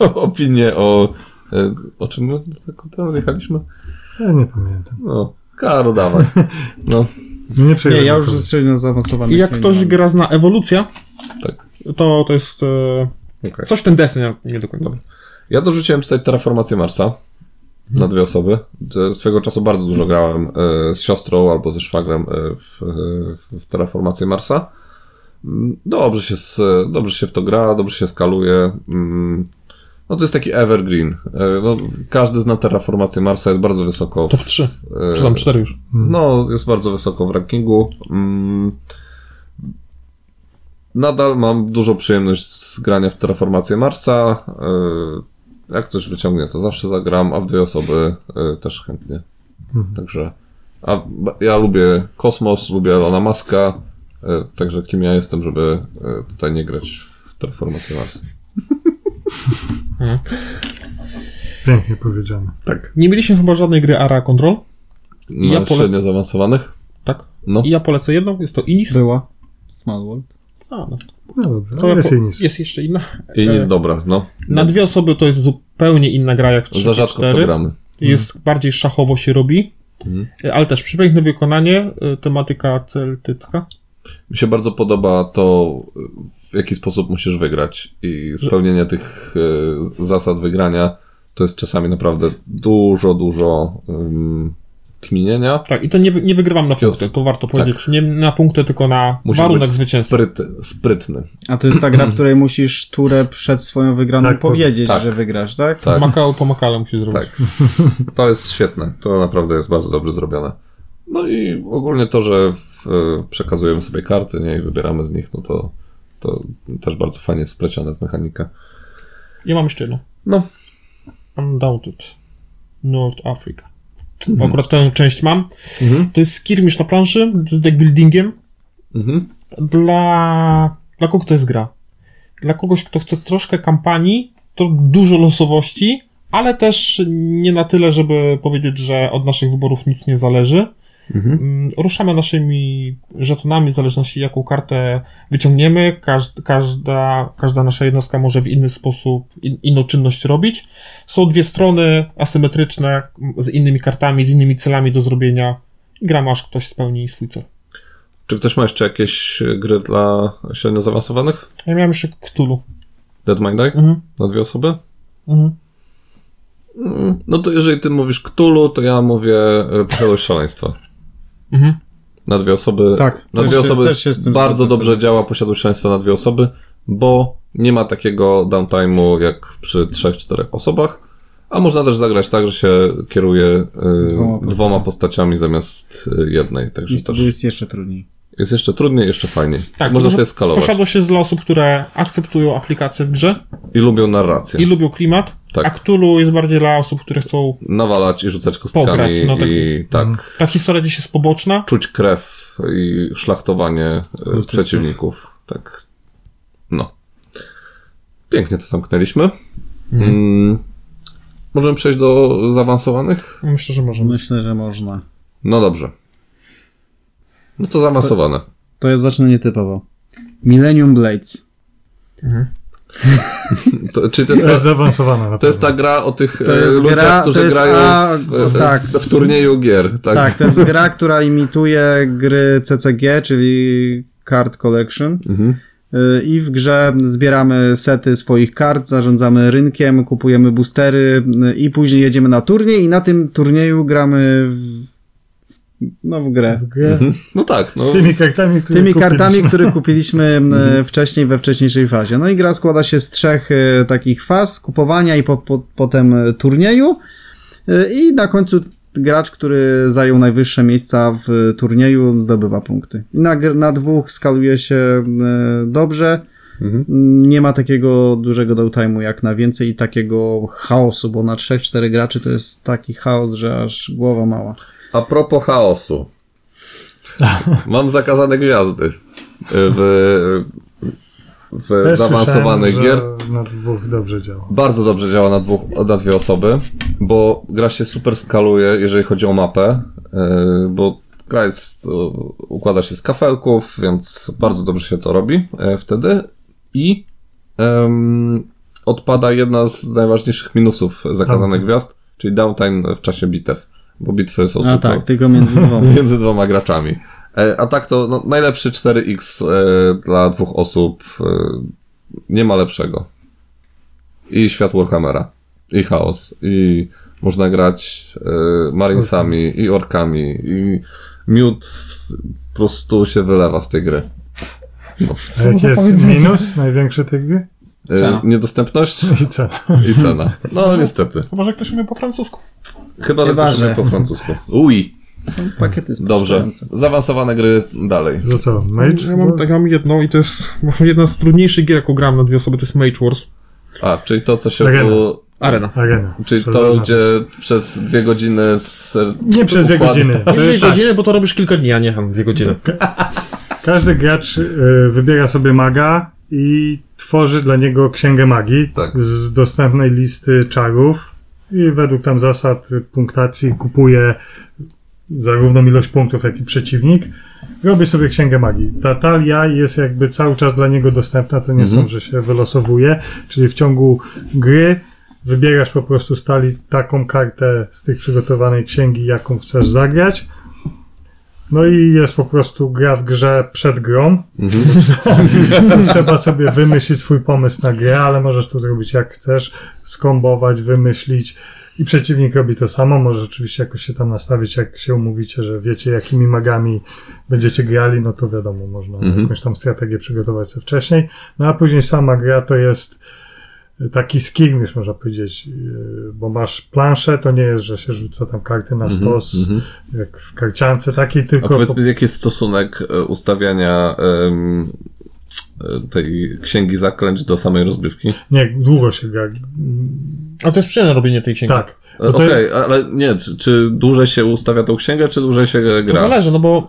S2: e, opinię o... E, o czym my teraz jechaliśmy?
S3: Ja nie pamiętam.
S2: No, Karol, dawaj. No,
S3: Nie przejmuję
S1: Nie, ja już
S3: tego.
S1: ze średnio zaawansowany.
S4: I jak ktoś gra zna ewolucja,
S2: tak.
S4: to to jest. E,
S2: Okej.
S3: Tak.
S4: coś w ten deseń, ale nie do końca.
S2: Ja dorzuciłem tutaj Terraformację Marsa na dwie osoby. Te- Swego czasu bardzo dużo grałem e, z siostrą albo ze szwagrem e, w, e, w- w Terraformację Marsa. Mm, Dobrze się, s- dobrze się w to gra, dobrze się skaluje. Mm, No to jest taki evergreen. E, No, każdy zna Terraformację Marsa, jest bardzo wysoko. W,
S4: Top 3,
S2: e,
S4: czy tam 4 już.
S3: Mm,
S2: no, jest bardzo wysoko w rankingu. Mm. Nadal mam dużą przyjemność z grania w Terraformację Marsa. Y, Jak ktoś wyciągnie, to zawsze zagram, a w dwie osoby y, też chętnie.
S3: Mhm.
S2: Także a b- ja lubię kosmos, lubię Elona Maska, y, także kim ja jestem, żeby y, tutaj nie grać w Terraformację Marsa.
S3: Pięknie powiedziane.
S2: Tak.
S4: Mhm. Nie mieliśmy chyba żadnej gry Ara Control.
S2: Na
S4: Ja polecę-
S2: średnio zaawansowanych.
S4: Tak.
S2: No.
S4: I ja polecę jedną, jest to Inis.
S1: Była. Small World.
S4: A, no.
S3: No dobra,
S4: to
S3: ale
S4: ja
S3: jest
S4: po-
S3: i nic.
S4: jest jeszcze inna.
S2: I nic
S4: E,
S2: dobra, no.
S4: Na dwie osoby to jest zupełnie inna gra jak w 3
S2: Za rzadko w to gramy.
S4: Jest bardziej szachowo się robi.
S2: Mhm.
S4: E, Ale też przepiękne wykonanie, e, tematyka celtycka.
S2: Mi się bardzo podoba to, w jaki sposób musisz wygrać i spełnienie tych e, zasad wygrania to jest czasami naprawdę dużo, dużo um, kminienia.
S4: Tak, i to nie, wy- nie wygrywam na
S2: Pios.
S4: punkty, to warto powiedzieć. Nie na punkty, tylko na
S2: Musisz
S4: warunek
S2: być
S4: zwycięstwa.
S2: Spryt, sprytny.
S1: A to jest ta gra, w której musisz turę przed swoją wygraną
S3: Tak,
S1: powiedzieć,
S2: tak.
S1: że wygrasz, tak?
S2: Tak.
S4: Makao po makale musi zrobić.
S2: Tak. To jest świetne. To naprawdę jest bardzo dobrze zrobione. No i ogólnie to, że w, e, przekazujemy sobie karty nie, i wybieramy z nich, no to, to też bardzo fajnie jest splecione w mechanikę.
S4: Ja mam jeszcze jedną.
S2: No.
S4: Undaunted. North Africa. Akurat tę część mam.
S2: Mhm.
S4: To jest skirmish na planszy z deckbuildingiem
S2: Mhm.
S4: dla... Dla kogo to jest gra? Dla kogoś, kto chce troszkę kampanii, to dużo losowości, ale też nie na tyle, żeby powiedzieć, że od naszych wyborów nic nie zależy.
S2: Mhm.
S4: Mm, Ruszamy naszymi żetonami, w zależności jaką kartę wyciągniemy. Każ, każda, każda nasza jednostka może w inny sposób, in, inną czynność robić. Są dwie strony asymetryczne m, z innymi kartami, z innymi celami do zrobienia. I Gram aż ktoś spełni swój cel.
S2: Czy ktoś ma jeszcze jakieś e, gry dla średnio zaawansowanych?
S4: Ja miałem jeszcze Cthulhu.
S2: Dead Mind Die?
S4: Mhm.
S2: Na dwie osoby?
S4: Mhm.
S2: Mm, No to jeżeli ty mówisz Cthulhu, to ja mówię e, Przełóż Szaleństwa.
S4: Mhm.
S2: Na dwie osoby.
S1: Tak,
S2: na
S1: też
S2: dwie
S1: się-
S2: osoby
S1: też się z tym
S2: bardzo
S1: zgadzam.
S2: dobrze działa posiadłość szaleństwa na dwie osoby, bo nie ma takiego downtime'u jak przy trzech, czterech osobach. A można też zagrać tak, że się kieruje y, dwoma,
S1: Dwoma
S2: dwoma postaciami zamiast y, jednej. Także
S1: I
S2: też
S1: wtedy jest jeszcze trudniej.
S2: jest jeszcze trudniej, jeszcze fajniej.
S4: Tak,
S2: można
S4: to
S2: sobie skalować.
S4: Posiadłość jest dla osób, które akceptują aplikację w grze
S2: I lubią narrację.
S4: i lubią klimat,
S2: Tak.
S4: a Cthulhu jest bardziej dla osób, które chcą...
S2: Nawalać i rzucać kostkami
S4: Pograć, no tak.
S2: i tak.
S3: Mm.
S4: Ta historia gdzieś jest poboczna,
S2: Czuć krew i szlachtowanie y,
S1: Kultystów.
S2: przeciwników. Tak. No. Pięknie to zamknęliśmy.
S1: Mhm.
S2: Mm. Możemy przejść do zaawansowanych?
S4: myślę, że możemy.
S1: Myślę, że można.
S2: No dobrze. No to zaawansowane.
S1: To jest zacznę nietypowo. Millennium Blades.
S2: To, czyli to jest,
S3: To jest
S2: ta,
S3: zaawansowana na
S2: to jest
S3: pewno.
S2: ta gra o tych
S1: To jest
S2: e, ludziach,
S1: gra-
S2: którzy
S1: to jest
S2: grają
S1: A-
S2: w, e,
S1: tak.
S2: w turnieju gier. Tak.
S1: Tak. to jest gra, która imituje gry CCG, czyli Card Collection.
S2: Mhm.
S1: Y, I w grze zbieramy sety swoich kart, zarządzamy rynkiem, kupujemy boostery y, i później jedziemy na turniej i na tym turnieju gramy w, w- no, w grę.
S3: W grę.
S2: Mhm. No tak. No.
S3: Tymi kartami, które
S1: Tymi
S3: kupiliśmy.
S1: kartami, które kupiliśmy e, wcześniej, we wcześniejszej fazie. No i gra składa się z trzech e, takich faz, kupowania i po, po, potem e, turnieju. E, I na końcu gracz, który zajął najwyższe miejsca w turnieju, zdobywa punkty. I Na, gr- na dwóch skaluje się e, dobrze.
S2: Mhm.
S1: Mm, Nie ma takiego dużego downtime'u jak na więcej i takiego chaosu, bo na 3-4 graczy to jest taki chaos, że aż głowa mała.
S2: A propos chaosu. Mam zakazane gwiazdy w, w
S3: Też
S2: zaawansowanych gier.
S3: słyszałem, że Na dwóch dobrze działa.
S2: Bardzo dobrze działa na, dwóch, na dwie osoby, bo gra się super skaluje, jeżeli chodzi o mapę, yy, bo gra jest, yy, układa się z kafelków, więc bardzo dobrze się to robi yy, wtedy i em, odpada jedna z najważniejszych minusów zakazanych gwiazd, czyli downtime w czasie bitew, bo bitwy są
S1: A
S2: tylko
S1: tak, tylko między dwoma.
S2: między dwoma graczami. E, A tak to no, najlepszy 4x e, dla dwóch osób. e, Nie ma lepszego. I świat Warhammera. I chaos. I można grać e, marinesami i orkami. I miód po prostu się wylewa z tej gry.
S3: A jaki jest minus największy tej gry?
S2: E,
S1: Cena.
S2: Niedostępność
S3: I co?
S2: i cena. No niestety.
S4: Chyba, że ktoś umie po francusku.
S2: Chyba, że
S1: Chyba,
S2: ktoś umie
S1: że.
S2: po francusku. Ui.
S1: Są pakiety
S2: Dobrze.
S1: spuszczające.
S2: Zaawansowane gry dalej.
S3: Że co? Mage?
S4: Ja mam, tak, ja mam jedną i to jest bo jedna z trudniejszych gier, jaką gram na dwie osoby, to jest Mage Wars.
S2: A, czyli to, co się
S3: Arena.
S2: tu
S4: Arena.
S3: Arena.
S2: Czyli
S3: Trzeba
S2: to,
S3: zaznaczyć.
S2: gdzie przez dwie godziny z...
S3: Nie przez dwie
S2: układ-
S3: godziny. To
S4: Dwie
S3: jest tak.
S4: godziny, bo to robisz kilka dni, a nie tam dwie godziny.
S3: Każdy gracz y, wybiera sobie maga i tworzy dla niego księgę magii
S2: Tak.
S3: z dostępnej listy czarów i według tam zasad punktacji kupuje zarówno ilość punktów, jak i przeciwnik. Robi sobie księgę magii. Ta talia jest jakby cały czas dla niego dostępna, to nie są, że się wylosowuje, czyli w ciągu gry wybierasz po prostu z talii taką kartę z tych przygotowanej księgi, jaką chcesz zagrać. No i jest po prostu gra w grze przed grą. Trzeba sobie wymyślić swój pomysł na grę, ale możesz to zrobić jak chcesz, skombować, wymyślić. I przeciwnik robi to samo, może oczywiście jakoś się tam nastawić, jak się umówicie, że wiecie, jakimi magami będziecie grali, no to wiadomo, można
S2: Mhm.
S3: jakąś tam strategię przygotować sobie wcześniej. No a później sama gra to jest taki skirmish, można powiedzieć, yy, bo masz planszę, to nie jest, że się rzuca tam karty na stos,
S2: mhm.
S3: jak w karciance takiej,
S2: A
S3: tylko... po-
S2: powiedz mi, jaki jest stosunek e, ustawiania em, e, tej księgi zaklęć do samej rozgrywki? E,
S3: Nie, długo się gra.
S4: A to jest przyjemne robienie tej księgi.
S3: Tak.
S2: E,
S3: Bo to
S2: Okej,
S3: jest-
S2: ale nie, czy, czy dłużej się ustawia tą księgę, czy dłużej się gra?
S4: To zależy, no bo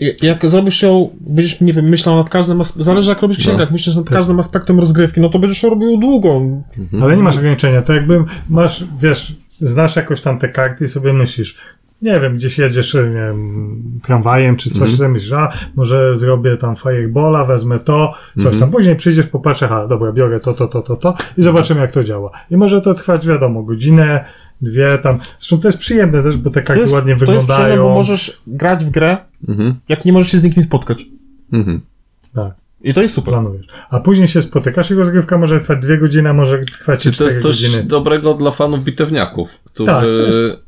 S4: j- jak zrobisz ją, będziesz, nie wiem, myślał nad każdym, as- zależy jak robisz księgę,
S2: No.
S4: jak myślisz
S3: Tak.
S4: nad każdym aspektem rozgrywki, no to będziesz ją robił długo.
S3: Ale
S2: Mhm.
S3: nie masz ograniczenia. To jakby masz, wiesz, znasz jakoś tam te karty i sobie myślisz, nie wiem, gdzieś jedziesz, nie wiem, tramwajem czy coś,
S2: Mhm.
S3: sobie myślisz, a może zrobię tam firebola, wezmę to, coś
S2: Mhm.
S3: tam. Później przyjdziesz, popatrzę, ha, dobra, biorę to, to, to, to, to i zobaczymy, jak to działa. I może to trwać, wiadomo, godzinę, dwie tam. Zresztą to jest przyjemne też, bo te
S4: To
S3: karty
S4: jest,
S3: Tak ładnie
S4: to jest
S3: wyglądają.
S4: przyjemne, bo możesz grać w grę,
S2: Mhm.
S4: jak nie możesz się z nikim spotkać.
S2: Mhm.
S3: Tak.
S4: I to jest super.
S3: planujesz. A później się spotykasz i rozgrywka może trwać dwie godziny, a może trwać
S2: Czy to
S3: 4
S2: jest coś
S3: godziny.
S2: dobrego dla fanów bitewniaków, którzy.
S3: Tak,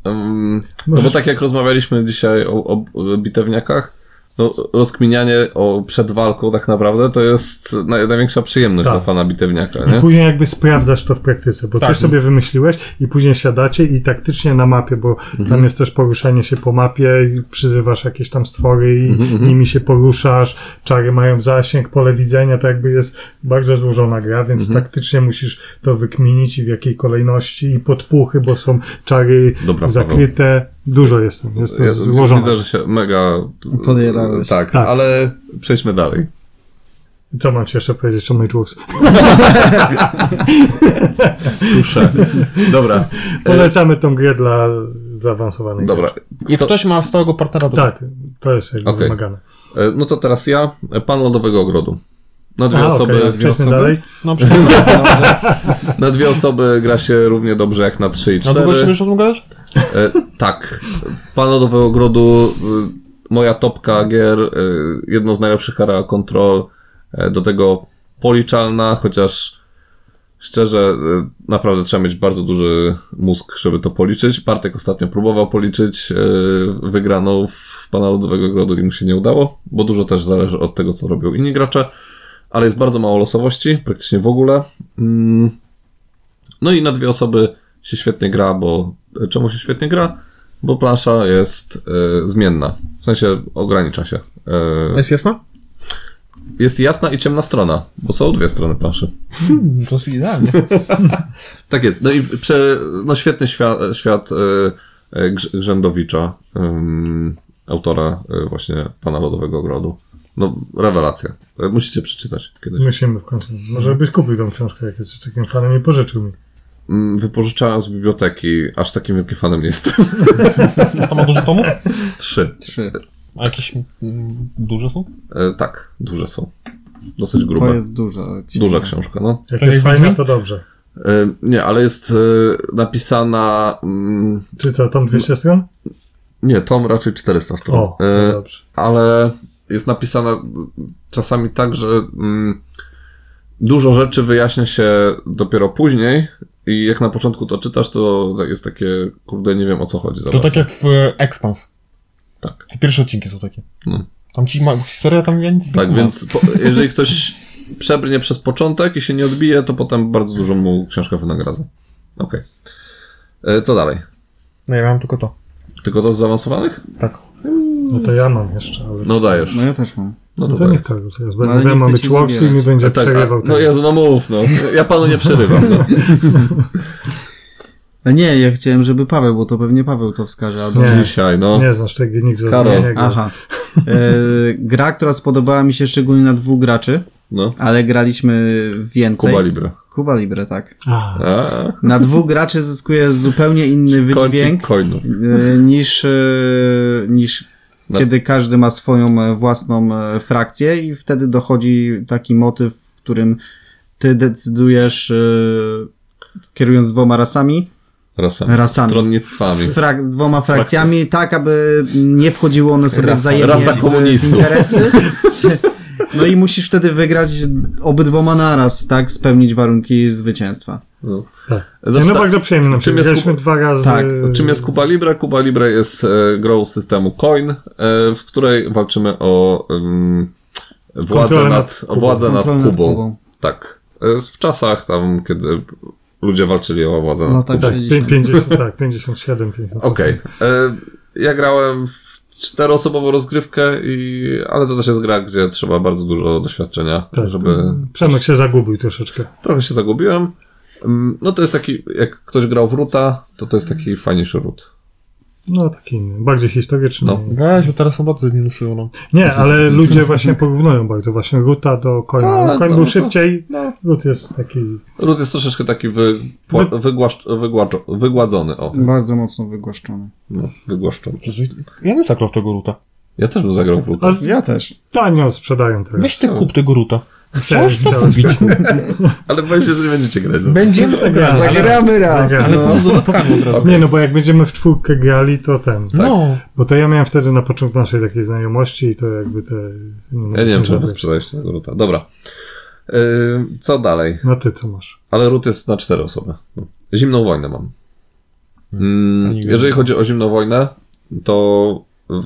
S3: to
S2: em, no bo
S3: Możesz-
S2: tak jak rozmawialiśmy dzisiaj o, o, o bitewniakach, no, rozkminianie o, przed walką tak naprawdę to jest naj, największa przyjemność
S3: Tak.
S2: dla fana bitewniaka,
S3: I
S2: nie?
S3: później jakby sprawdzasz to w praktyce, bo
S4: Tak.
S3: coś sobie wymyśliłeś i później siadacie i taktycznie na mapie, bo
S2: Mhm.
S3: tam jest też poruszanie się po mapie i przyzywasz jakieś tam stwory
S2: Mhm,
S3: i nimi się poruszasz, czary mają zasięg, pole widzenia, to jakby jest bardzo złożona gra, więc
S2: Mhm.
S3: taktycznie musisz to wykminić i w jakiej kolejności i podpuchy, bo są czary
S2: Dobra,
S3: zakryte. Dużo jest tam, jest to
S2: Ja
S3: złożone.
S2: Widzę, że się mega.
S1: Podjarałeś.
S2: Tak,
S3: Tak.
S2: ale przejdźmy dalej.
S3: Co mam ci jeszcze powiedzieć o Mageworks?
S2: E- Tusze. Dobra.
S3: Polecamy tą grę dla zaawansowanych
S2: Dobra.
S3: graczy.
S4: Jak ktoś ma stałego partnera, to
S3: Tak, to jest jakby
S2: Okej.
S3: wymagane.
S2: E, No to teraz ja, e, pan lodowego ogrodu. Na dwie,
S3: A, okej,
S2: osoby,
S3: przejdźmy dalej.
S4: No, przecież-
S2: na dwie osoby gra się równie dobrze jak na
S3: No
S2: trzy i
S4: na
S2: cztery.
S4: długo się będziesz o tym gadać?
S2: E, tak. Pan Lodowego Ogrodu, y, moja topka gier, y, jedno z najlepszych area control, e, do tego policzalna, chociaż szczerze, y, naprawdę trzeba mieć bardzo duży mózg, żeby to policzyć. Bartek ostatnio próbował policzyć y, wygraną w, w Pana Lodowego Ogrodu i mu się nie udało, bo dużo też zależy od tego, co robią inni gracze, ale jest bardzo mało losowości, praktycznie w ogóle. Mm. No i na dwie osoby się świetnie gra, bo e, czemu się świetnie gra? Bo plansza jest e, zmienna, w sensie ogranicza się. E,
S4: Jest jasna?
S2: jest jasna i ciemna strona, bo są dwie strony planszy.
S4: To jest idealnie.
S2: Tak jest. No i prze, no świetny świat, świat e, e, Grz- Grzędowicza, em, autora e, właśnie Pana Lodowego Ogrodu. No, rewelacja. E, Musicie przeczytać kiedyś.
S3: Musimy w końcu. Może byś kupił tą książkę, jak jesteś takim fanem i pożyczył mi.
S2: Mm, Wypożyczałem z biblioteki, aż takim wielkim fanem nie jestem.
S4: A No to ma dużo tomów?
S2: Trzy.
S1: Trzy.
S4: A jakieś mm, duże są?
S2: E, tak, duże są. Dosyć grube.
S1: To jest duża książka.
S2: Duża książka, no.
S3: Jak
S4: Tak jak
S3: jest fajna,
S4: Wiedźmin?
S3: to dobrze.
S2: E, Nie, ale jest e, napisana. mm,
S3: Czy to tam 200 stron?
S2: Nie, tom raczej 400 stron.
S3: O, to
S2: E,
S3: dobrze.
S2: ale jest napisana mm, czasami tak, że mm, dużo rzeczy wyjaśnia się dopiero później. I jak na początku to czytasz, to tak jest takie, kurde, nie wiem o co chodzi. za
S4: To tak
S2: bardzo.
S4: jak w e, Expans.
S2: Tak.
S4: Te pierwsze odcinki są takie.
S2: No.
S4: Tam ci ma historia, tam ja nic nie
S2: Tak,
S4: ma.
S2: więc po, jeżeli ktoś przebrnie przez początek i się nie odbije, to potem bardzo dużo mu książka wynagradza. Okej. E, Co dalej?
S4: No ja miałem tylko to.
S2: Tylko to z zaawansowanych?
S4: Tak.
S3: No to ja mam jeszcze, ale... No,
S2: No dajesz.
S1: No ja też mam.
S2: No
S3: to,
S2: dajesz.
S3: niech Karol teraz. Bo
S1: ale
S3: ja
S1: nie
S3: mam
S1: chcę
S3: być
S1: ci
S3: łowczy i mi
S1: zabierać.
S3: będzie
S2: A tak,
S3: przerywał.
S2: a, no
S3: ten.
S2: Jezu, no mów, no. Ja panu nie przerywam, no.
S1: A nie, ja chciałem, żeby Paweł, bo to pewnie Paweł to wskaże. Albo...
S3: Nie.
S2: Dzisiaj, no.
S3: Nie znasz tego, nikt z
S2: Karol.
S3: odmienienia go.
S1: Aha. E, gra, która spodobała mi się szczególnie na dwóch graczy,
S2: no.
S1: ale graliśmy więcej.
S2: Kuba Libre.
S1: Kuba Libre, tak.
S3: A,
S2: A,
S1: Na dwóch graczy zyskuje zupełnie inny
S2: Kącik
S1: wydźwięk
S2: coinu.
S1: e, niż, e, niż
S2: No.
S1: kiedy każdy ma swoją e, własną e, frakcję i wtedy dochodzi taki motyw, w którym ty decydujesz e, kierując dwoma rasami,
S2: Rasami.
S1: rasami.
S2: Stronnictwami.
S1: Z frak- dwoma frakcjami, tak aby nie wchodziły one sobie
S2: Rasa-
S1: wzajemnie
S2: rasa
S1: w-
S2: komunistów.
S1: w interesy. No i musisz wtedy wygrać obydwoma naraz, tak? Spełnić warunki zwycięstwa.
S2: No.
S3: tak. Nie,
S2: Znaczy,
S3: no
S2: tak,
S3: bardzo przyjemnie nam się.
S2: czym jest
S3: Graliśmy
S2: Kuba-
S3: dwa razy...
S1: Tak,
S2: Czym jest Kuba Libre? Kuba Libre jest e, grą systemu coin, e, w której walczymy o em, władzę
S3: Kontrolę
S2: nad,
S3: nad
S2: o władzę nad
S1: Kontrolę
S2: Kubą.
S1: nad Kubą.
S2: Tak. E, w czasach tam, kiedy ludzie walczyli o władzę
S1: No
S2: nad
S1: tak,
S2: Kubą.
S3: Tak,
S1: 60.
S3: 50, tak, 57, 50.
S2: Okej. E, Ja grałem w czteroosobową rozgrywkę, i, ale to też jest gra, gdzie trzeba bardzo dużo doświadczenia,
S3: Tak,
S2: żeby...
S3: Przemek się zagubił troszeczkę.
S2: Trochę się zagubiłem. Mm, No to jest taki, jak ktoś grał w Ruta, to to jest taki fajniejszy Rut.
S3: No taki inny, bardziej historyczny.
S2: No.
S4: Weź, bo teraz obacy minusują, no.
S3: Nie, ale ludzie właśnie porównują bardzo właśnie Ruta do Coina.
S2: Tak,
S3: Coin
S2: no
S3: był
S2: to-
S3: szybciej,
S2: no.
S3: Rut jest taki
S2: Rut jest troszeczkę taki wy, No. pła, wygłasz, wygłaczo, wygładzony, o,
S1: Bardzo mocno wygłaszczony.
S2: no, wygłaszczony.
S4: Ja bym zaklał tego ruta.
S2: Ja też bym zagrał w Ruta.
S3: A z...
S1: Ja też.
S3: tanio sprzedają teraz.
S4: Weź ty kup tego ruta. Możesz to kupić.
S2: Ale boję się, że nie będziecie grać.
S4: Będziemy w to grać, ale,
S1: Zagramy raz,
S3: zagramy.
S1: no.
S4: ale z dodatkami od razu.
S3: Nie, no bo jak będziemy w czwórkę grali, to ten.
S2: tak.
S4: No,
S3: Bo to ja miałem wtedy na początku naszej takiej znajomości i to jakby te... no,
S2: Ja nie wiem, czy wy
S3: dobra.
S2: sprzedaliście tego ruta. Dobra. Yy, co dalej?
S3: No ty co masz?
S2: Ale ród jest na cztery osoby. Zimną wojnę mam. Mm,
S4: Nigdy
S2: jeżeli
S4: nie
S2: chodzi o zimną wojnę, to w-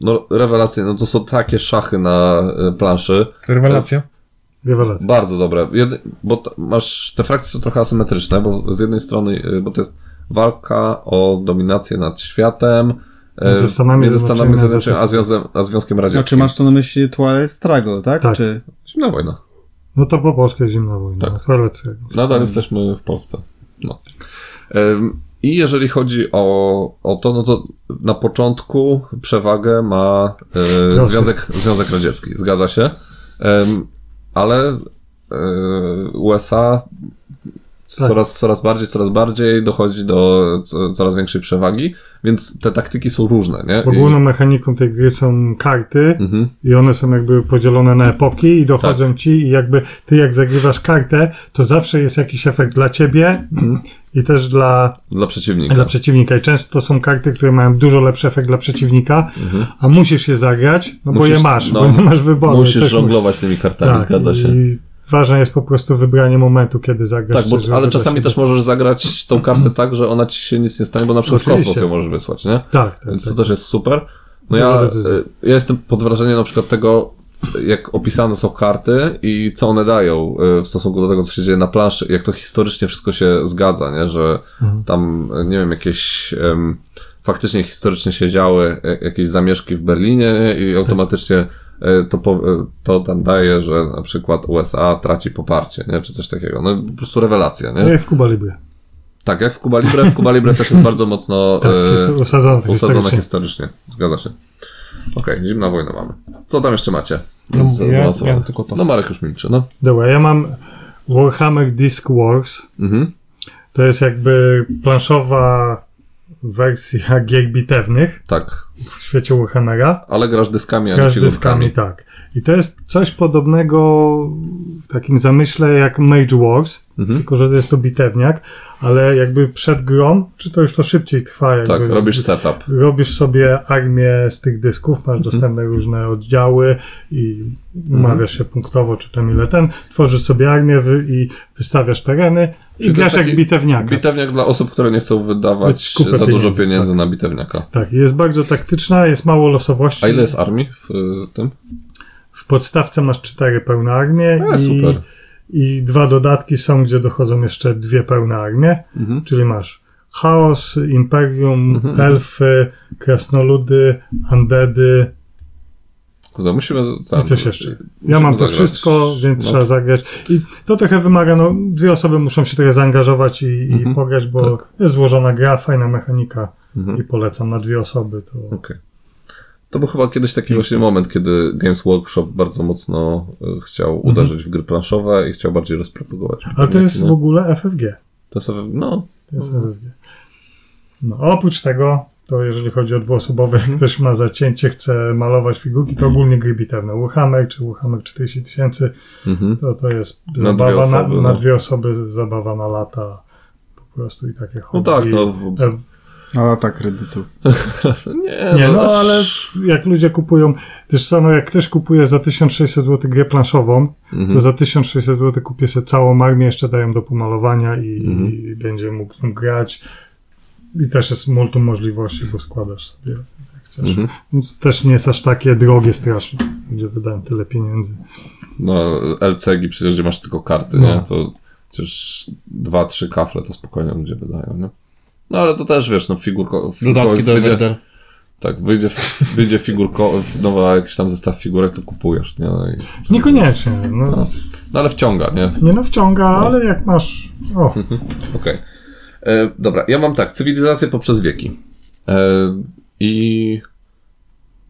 S2: no, rewelacje, no to są takie szachy na e, planszy.
S4: rewelacja.
S3: Rewelacja.
S2: Bardzo dobre. Jed, bo t, masz, te frakcje są trochę asymetryczne, bo z jednej strony, e, bo to jest walka o dominację nad światem, e,
S3: Między Stanami
S2: między Stanami
S3: Zjednoczonymi a
S2: Zjednoczonymi, a,
S3: Związkiem-
S2: Związem, a Związkiem
S1: Znaczy
S2: Radzieckim.
S1: masz to na myśli Twilight Struggle, tak?
S3: Tak.
S1: Czy...
S2: Zimna wojna.
S3: No to po polskiej zimna wojna. no,
S2: Tak.
S3: Rewelacja.
S2: Nadal jesteśmy w Polsce. No. Ym, I jeżeli chodzi o, o to, no to na początku przewagę ma y,
S3: Związek.
S2: Związek, Związek Radziecki, zgadza się. Ym, ale y, USA
S3: Tak.
S2: coraz, coraz bardziej, coraz bardziej dochodzi do co, coraz większej przewagi, więc te taktyki są różne, nie?
S3: Bo
S2: I-
S3: główną mechaniką tej gry są karty
S2: Mhm. Tak.
S3: i one są jakby podzielone na epoki i dochodzą ci i jakby ty jak zagrywasz kartę, to zawsze jest jakiś efekt dla ciebie
S2: Mhm.
S3: i też dla,
S2: Dla przeciwnika.
S3: dla przeciwnika. I często to są karty, które mają dużo lepszy efekt dla przeciwnika,
S2: Mhm.
S3: a musisz je zagrać, no bo
S2: Musisz-
S3: je masz,
S2: no,
S3: bo nie masz wyboru.
S2: Musisz Tak,
S3: coś
S2: żonglować tymi kartami,
S3: musisz. Tak,
S2: zgadza się.
S3: I ważne jest po prostu wybranie momentu, kiedy zagrasz.
S2: Tak, bo,
S3: coś, żeby
S2: ale
S3: dla
S2: czasami
S3: siebie.
S2: też możesz zagrać tą kartę tak, że ona ci się nic nie stanie, bo na przykład w
S3: Oczywiście.
S2: kosmos ją możesz wysłać, nie?
S3: Tak, tak,
S2: Więc to
S3: tak.
S2: też jest super. No
S3: Duża
S2: ja,
S3: decyzja.
S2: y, ja jestem pod wrażeniem na przykład tego, jak opisane są karty i co one dają y, w stosunku do tego, co się dzieje na planszy, jak to historycznie wszystko się zgadza, nie? Że
S3: Mhm.
S2: tam, y, nie wiem, jakieś em, faktycznie historycznie się działy y, jakieś zamieszki w Berlinie nie? i automatycznie y, to, po, y, to tam daje, że na przykład USA traci poparcie, nie? Czy coś takiego. No po prostu rewelacja, nie?
S3: No i w Kuba Libre.
S2: Tak, jak w Kuba Libre. W Kuba Libre też jest bardzo mocno
S3: Tak,
S2: e,
S3: jest to usadzone tak
S2: usadzone
S3: historycznie.
S2: historycznie. Zgadza się. Okej, zimna wojna mamy. Co tam jeszcze macie?
S4: No
S2: Z-
S4: mówię, ja
S2: zaawansowanych?
S4: miałem tylko to.
S2: No Marek już milczy, no.
S3: Dobra, ja mam Warhammer Disc Wars.
S2: Mhm.
S3: To jest jakby planszowa wersja gier bitewnych
S2: Tak,
S3: w świecie Warhammera.
S2: ale grasz dyskami, a nie
S3: Grasz
S2: figurkami.
S3: dyskami, tak. I to jest coś podobnego w takim zamyśle jak Mage Wars,
S2: Mhm.
S3: tylko że jest to bitewniak, ale jakby przed grą, czy to już to szybciej trwa? Jakby
S2: Tak, robisz setup.
S3: robisz sobie armię z tych dysków,
S2: Mhm.
S3: masz dostępne różne oddziały i umawiasz się punktowo, czy tam ile ten, tworzysz sobie armię wy, i wystawiasz tereny i,
S2: Czyli to
S3: grasz
S2: jest
S3: jak
S2: taki
S3: bitewniaka.
S2: Bitewniak dla osób, które nie chcą wydawać
S3: tak. Kupę
S2: za dużo
S3: pieniędzy,
S2: pieniędzy na bitewniaka.
S3: Tak, jest bardzo taktyczna, jest mało losowości.
S2: A ile jest armii w y, tym?
S3: W podstawce masz cztery pełne armie
S2: A,
S3: i,
S2: super.
S3: i dwa dodatki są, gdzie dochodzą jeszcze dwie pełne armie,
S2: Mhm.
S3: czyli masz chaos, imperium,
S2: Mhm.
S3: elfy, krasnoludy, undeady
S2: Kurde, musimy... Tam,
S3: i coś jeszcze. Ja
S2: Tak, musimy
S3: mam to
S2: zagrać.
S3: wszystko, więc
S2: No.
S3: trzeba zagrać. I to trochę wymaga, no dwie osoby muszą się trochę zaangażować i,
S2: Mhm,
S3: i pograć, bo jest złożona gra, fajna mechanika
S2: Mhm.
S3: i polecam na dwie osoby. To...
S2: Okej. To był chyba kiedyś taki właśnie moment, kiedy Games Workshop bardzo mocno e, chciał uderzyć w gry planszowe i chciał bardziej rozpropagować.
S3: Ale Mhm. to jest
S2: Nie?
S3: w ogóle FFG.
S2: To jest, no,
S3: Jest LFG. No, oprócz tego, to jeżeli chodzi o dwuosobowe,
S2: Mhm.
S3: jak ktoś ma zacięcie, chce malować figurki, to ogólnie gry bitewne. Łuchamek czy Łuchamek 40 tysięcy,
S2: mhm.
S3: to, to jest
S2: Na
S3: zabawa
S2: dwie
S3: na,
S2: osoby,
S3: na
S2: no.
S3: dwie osoby, zabawa na lata po prostu i takie
S2: no
S3: hobby.
S2: tak, no. w-
S3: E,
S1: A tak, kredytów.
S2: Nie,
S3: Nie, no
S2: aż-
S3: ale jak ludzie kupują, wiesz co, no jak ktoś kupuje za 1600 zł grę planszową,
S2: Mhm.
S3: to za 1600 zł kupię sobie całą armię, jeszcze dają do pomalowania i,
S2: Mhm.
S3: i będzie mógł nią grać. I też jest multum możliwości, bo składasz sobie jak chcesz.
S2: Mhm.
S3: Więc też nie jest aż takie drogie straszne, gdzie wydałem tyle pieniędzy.
S2: No, LCG przecież, gdzie masz tylko karty,
S3: No.
S2: nie? To przecież dwa, trzy kafle to spokojnie ludzie wydają, nie? No ale to też wiesz, no figurko. figurko
S4: Dodatki
S2: jest-
S4: do
S2: wyjdzie-
S4: Everder.
S2: Tak, wyjdzie, wyjdzie figurko, nowa, jakiś tam zestaw figurek, to kupujesz, nie? No, i,
S3: Niekoniecznie, no,
S2: No. no ale wciąga, nie?
S3: nie no wciąga, ale jak masz, o,
S2: Okej. E, Dobra, ja mam tak, cywilizację poprzez wieki. E, I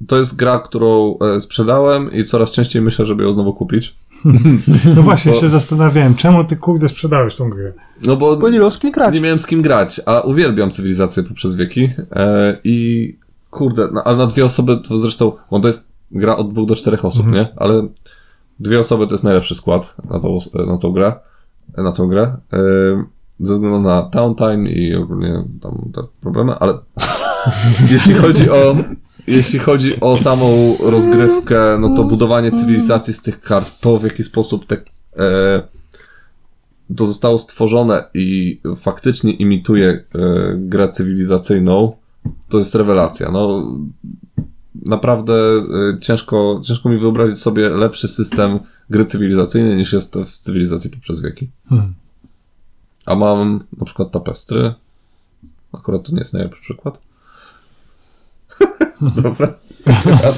S2: to jest gra, którą e, sprzedałem i coraz częściej myślę, żeby ją znowu kupić.
S3: no właśnie
S2: Bo-
S3: się zastanawiałem, czemu ty kurde sprzedałeś tą grę?
S2: No bo
S4: nie miał z kim grać.
S2: nie miałem z kim grać, a uwielbiam cywilizację poprzez wieki. E, I kurde, no, a na dwie osoby to zresztą, bo to jest gra od dwóch do czterech osób,
S3: Mhm.
S2: nie? Ale Dwie osoby to jest najlepszy skład na tą, os- na tą grę. Na tą grę. Ym, Ze względu na downtime i ogólnie tam te problemy, ale jeśli chodzi o. Jeśli chodzi o samą rozgrywkę, no to budowanie cywilizacji z tych kart, to w jaki sposób te, e, to zostało stworzone i faktycznie imituje e, grę cywilizacyjną, to jest rewelacja. No, naprawdę e, ciężko, ciężko mi wyobrazić sobie lepszy system gry cywilizacyjnej niż jest w cywilizacji poprzez wieki.
S3: Hmm.
S2: A mam na przykład tapestry. Akurat to nie jest najlepszy przykład. Dobra.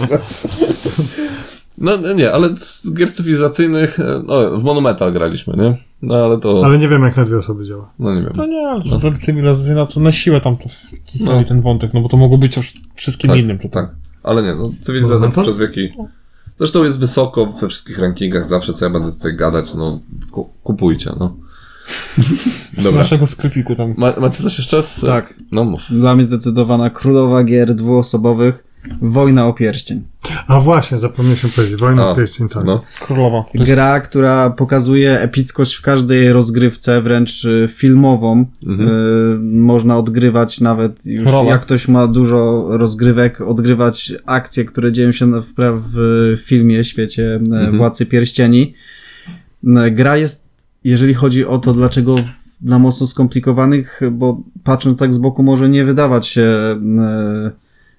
S2: No no nie, ale z gier cywilizacyjnych, e, no w Monumental graliśmy, nie? No ale to,
S3: Ale nie wiem, jak na dwie osoby działa.
S2: no nie wiem.
S4: No nie, ale co to cywilizacja, to na siłę tam to zostawi
S2: No.
S4: ten wątek, no bo to mogło być już wszystkim
S2: Tak,
S4: innym. To
S2: Tak, ale nie, no cywilizacja
S3: Monumental?
S2: przez wieki. Zresztą jest wysoko we wszystkich rankingach, zawsze co ja będę tutaj gadać, no ku- kupujcie, no.
S4: Z
S2: Dobra.
S4: naszego sklepiku tam.
S2: Ma, macie coś jeszcze? Z...
S1: Tak.
S2: No mów.
S1: Dla mnie zdecydowana królowa gier dwuosobowych Wojna o pierścień.
S3: A właśnie, zapomnieliśmy powiedzieć. Wojna
S2: A,
S3: pierścień, tak.
S2: No.
S4: Królowa. To jest
S1: Gra, która pokazuje epickość w każdej rozgrywce, wręcz y, filmową.
S2: Mhm.
S1: Y, można odgrywać nawet już,
S4: Rolę.
S1: jak ktoś ma dużo rozgrywek, odgrywać akcje, które dzieją się na- w, pra- w filmie, świecie e,
S2: Mhm.
S1: Władcy Pierścieni. N- Gra jest, jeżeli chodzi o to, dlaczego w- dla mocno skomplikowanych, bo patrząc tak z boku może nie wydawać się... e,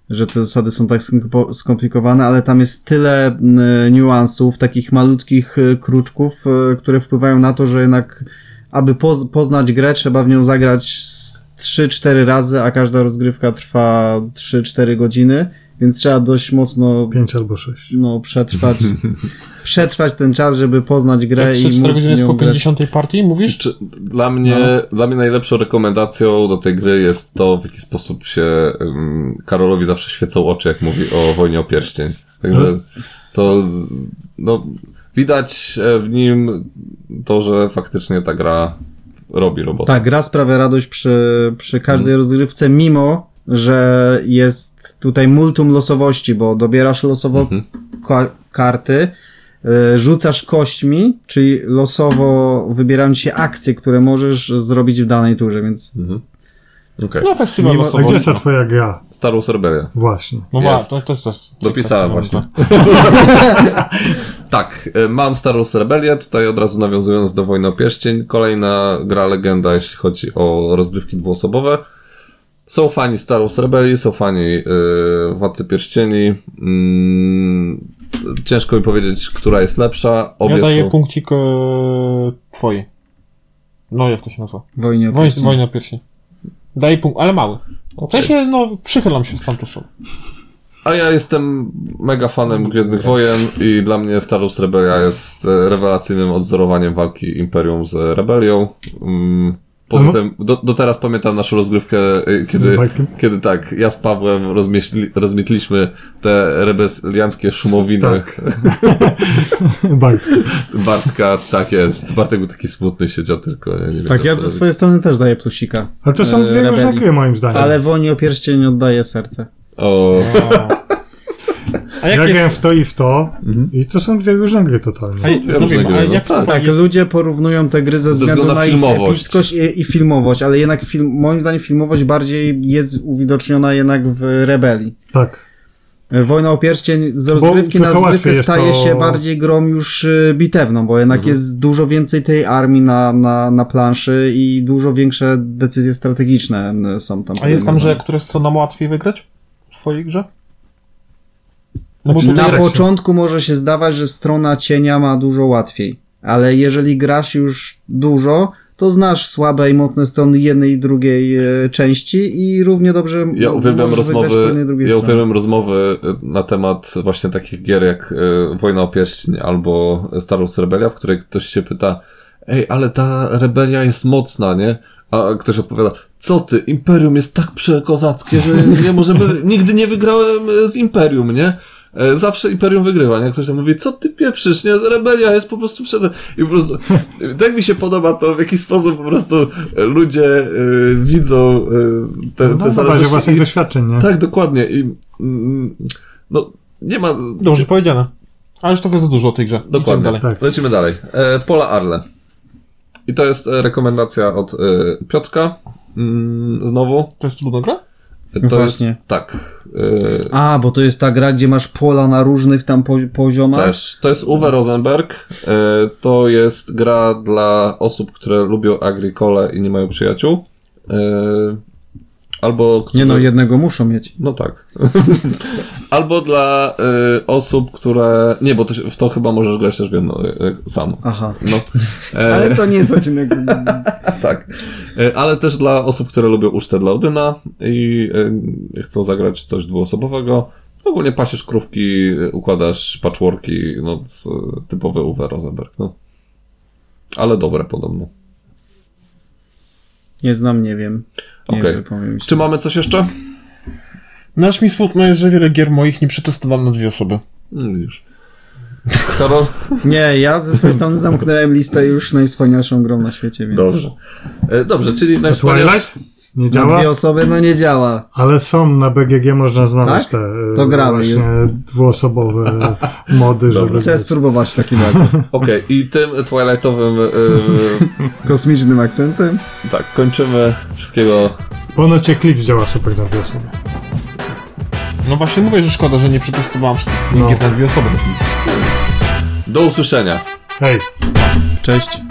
S1: że te zasady są tak skompo- skomplikowane, ale tam jest tyle m, niuansów, takich malutkich e, kruczków, e, które wpływają na to, że jednak, aby poz- poznać grę, trzeba w nią zagrać 3-4 razy, a każda rozgrywka trwa 3-4 godziny, więc trzeba dość mocno
S3: Pięć albo sześć.
S1: no, przetrwać, przetrwać ten czas, żeby poznać grę i
S4: 3-4
S1: móc
S4: Tak, godziny
S1: w
S4: jest po
S1: nią grać.
S4: 50 partii, mówisz?
S2: Czy, dla, mnie, dla mnie najlepszą rekomendacją do tej gry jest to, w jaki sposób się ym, Karolowi zawsze świecą oczy, jak mówi o wojnie o pierścień. Także
S3: Mhm.
S2: to no, widać e, w nim to, że faktycznie ta gra robi robotę.
S1: Tak, gra sprawia radość przy, przy każdej rozgrywce, mimo że jest tutaj multum losowości, bo dobierasz losowo
S2: Mhm.
S1: ka- karty, y, rzucasz kośćmi, czyli losowo wybierając się akcje, które możesz zrobić w danej turze, więc
S2: Mhm. Okej,
S4: No festiwal
S1: Mimo-
S3: A
S4: losowy.
S3: gdzie jest ta twoja gra?
S2: Starą Serberia.
S3: Właśnie.
S4: No ma,
S2: Jest.
S4: to, to jest coś.
S2: Dopisałem właśnie. tak, e, mam Star Wars Rebellię, tutaj od razu nawiązując do Wojny o Pierścień. Kolejna gra legenda, jeśli chodzi o rozgrywki dwuosobowe. Są fani Star Wars Rebelii, są fani yy, Władcy Pierścieni. Mm, ciężko mi powiedzieć, która jest lepsza. Obie
S4: Ja daję
S2: są...
S4: punkcik e, twojej. No jak to się nazywa?
S1: wojnie o
S4: Wojna,
S1: pierścień.
S4: wojna piersi. Daję punkt, ale mały. W
S2: Okej.
S4: sensie, no, przychylam się z tamtą stronę.
S2: A ja jestem mega fanem Gwiezdnych Wojen i dla mnie Star Wars Rebelia jest e, rewelacyjnym odzorowaniem walki Imperium z Rebelią. Mm, Poza
S3: Mhm.
S2: tym, do, do teraz pamiętam naszą rozgrywkę, e,
S3: Z
S2: kiedy,
S3: Mike'em?
S2: kiedy tak, ja z Pawłem rozmieśli, rozmietliśmy te rebelianckie szumowiny
S3: Tak. Bajk.
S2: Bartka. Tak jest. Bartek był taki smutny, siedział tylko. Ja nie wiedział,
S1: Tak, ja
S2: co
S1: ze
S2: robić.
S1: swojej strony też daję plusika,
S3: Ale to
S1: E,
S3: są dwie różne
S1: rebelii.
S3: gry, moim zdaniem.
S1: ale wojnie o pierścień oddaję serce.
S2: O,
S4: A
S3: Ja
S4: jak
S3: grałem
S4: jest...
S3: w to i w to
S1: Mhm.
S3: i to są dwie różne gry
S4: A,
S3: totalnie.
S2: Są dwie różne
S4: mówię,
S2: gry,
S4: a
S2: no
S4: jak
S2: tak.
S4: tak.
S1: Tak,
S4: jest...
S1: ludzie porównują te gry ze względu na, ich
S2: filmowość.
S1: epickość i, i filmowość, ale jednak film, moim zdaniem filmowość bardziej jest uwidoczniona jednak w Rebelii.
S3: Tak.
S1: E, Wojna o pierścień z
S3: Bo
S1: rozgrywki na
S3: trochę łatwiej
S1: rozgrywkę
S3: jest
S1: staje
S3: to-
S1: się bardziej grą już y, bitewną, bo jednak
S2: Mhm.
S1: jest dużo więcej tej armii na, na, na planszy i dużo większe decyzje strategiczne y, są tam.
S4: a jest tam, że
S1: podejmowane.
S4: które strona ma łatwiej wygrać w swojej grze?
S2: Znaczy,
S4: No bo
S1: Na
S4: tutaj Rex-
S1: początku może się zdawać, że strona cienia ma dużo łatwiej, ale jeżeli grasz już dużo, to znasz słabe i mocne strony jednej i drugiej e, części i równie dobrze m-
S2: Ja uwielbiam
S1: możesz No, wygrać po
S2: rozmowy,
S1: jednej i drugiej
S2: ja
S1: stronie.
S2: uwielbiam rozmowy y, na temat właśnie takich gier jak y, Wojna o Pierścień albo Star Wars Rebelia, w której ktoś się pyta, ej, ale ta rebelia jest mocna, nie? A ktoś odpowiada, co ty, Imperium jest tak przekozackie, że nie możemy, nigdy nie wygrałem y, z Imperium, nie? E, Zawsze Imperium wygrywa, nie? Ktoś tam mówi, co ty pieprzysz, nie? Rebelia jest po prostu przed... I po prostu, tak mi się podoba to, w jaki sposób po prostu e, ludzie y, widzą y, te,
S3: No,
S2: te
S3: na bazie
S2: zależności
S3: własnych
S2: i-
S3: doświadczeń, nie?
S2: tak, dokładnie. I mm, no, nie ma.
S4: Dobrze powiedziane. Ale już trochę za dużo o tej grze. Dokładnie. Idziemy
S2: Dokładnie.
S4: dalej.
S3: Tak.
S2: Lecimy dalej. E, Pola Arle. I to jest e, rekomendacja od e, Piotrka. Mm, Znowu. E,
S4: To jest trudna gra?
S2: To
S1: Właśnie.
S2: jest tak. e,
S1: A, bo to jest ta gra, gdzie masz pola na różnych tam pozi- poziomach.
S2: Też. To jest Uwe Rosenberg. E, To jest gra dla osób, które lubią agricole i nie mają przyjaciół. E, Albo.
S1: Nie no,
S2: które-
S1: jednego muszą mieć.
S2: No tak. Albo dla y, osób, które. Nie, bo to, się- w to chyba możesz grać też w jedno, y, y, sam.
S1: Aha.
S2: No. E,
S1: Ale to nie jest odcinek.
S2: tak. E, Ale też dla osób, które lubią ucztę dla Odyna i e, chcą zagrać coś dwuosobowego. Ogólnie pasiesz krówki, e, układasz patchworki, no z, e, typowy Uwe Rosenberg, no. Ale dobre podobno.
S1: Nie znam, nie wiem. Nie
S2: Okej.
S1: wiem, powiem ci.
S2: Czy mamy coś jeszcze?
S4: Nasz mi smutno jest, że wiele gier moich nie przetestowałem na dwie osoby.
S2: Mm, Widzisz. Karol?
S1: Nie, ja ze swojej strony zamknąłem listę już najwspanialszą grą na świecie, więc...
S2: Dobrze. E, Dobrze, czyli najwspanialszy...
S3: Twilight? Nie
S1: Na
S3: działa?
S1: dwie osoby, no nie działa.
S3: Ale są na BGG można znaleźć
S1: Tak?
S3: te e,
S1: To gramy
S3: właśnie dwuosobowe mody, żeby.
S1: Chcę spróbować w takim razie.
S2: Okej, i tym Twilightowym, e,
S1: Kosmicznym akcentem.
S2: tak, kończymy wszystkiego.
S3: Ponoć Eclipse działa super na dwie osoby.
S4: No właśnie mówię, że szkoda, że nie przetestowałem wszystkich
S3: No.
S4: gier na dwie osoby.
S2: Do usłyszenia.
S3: Hej.
S1: Cześć.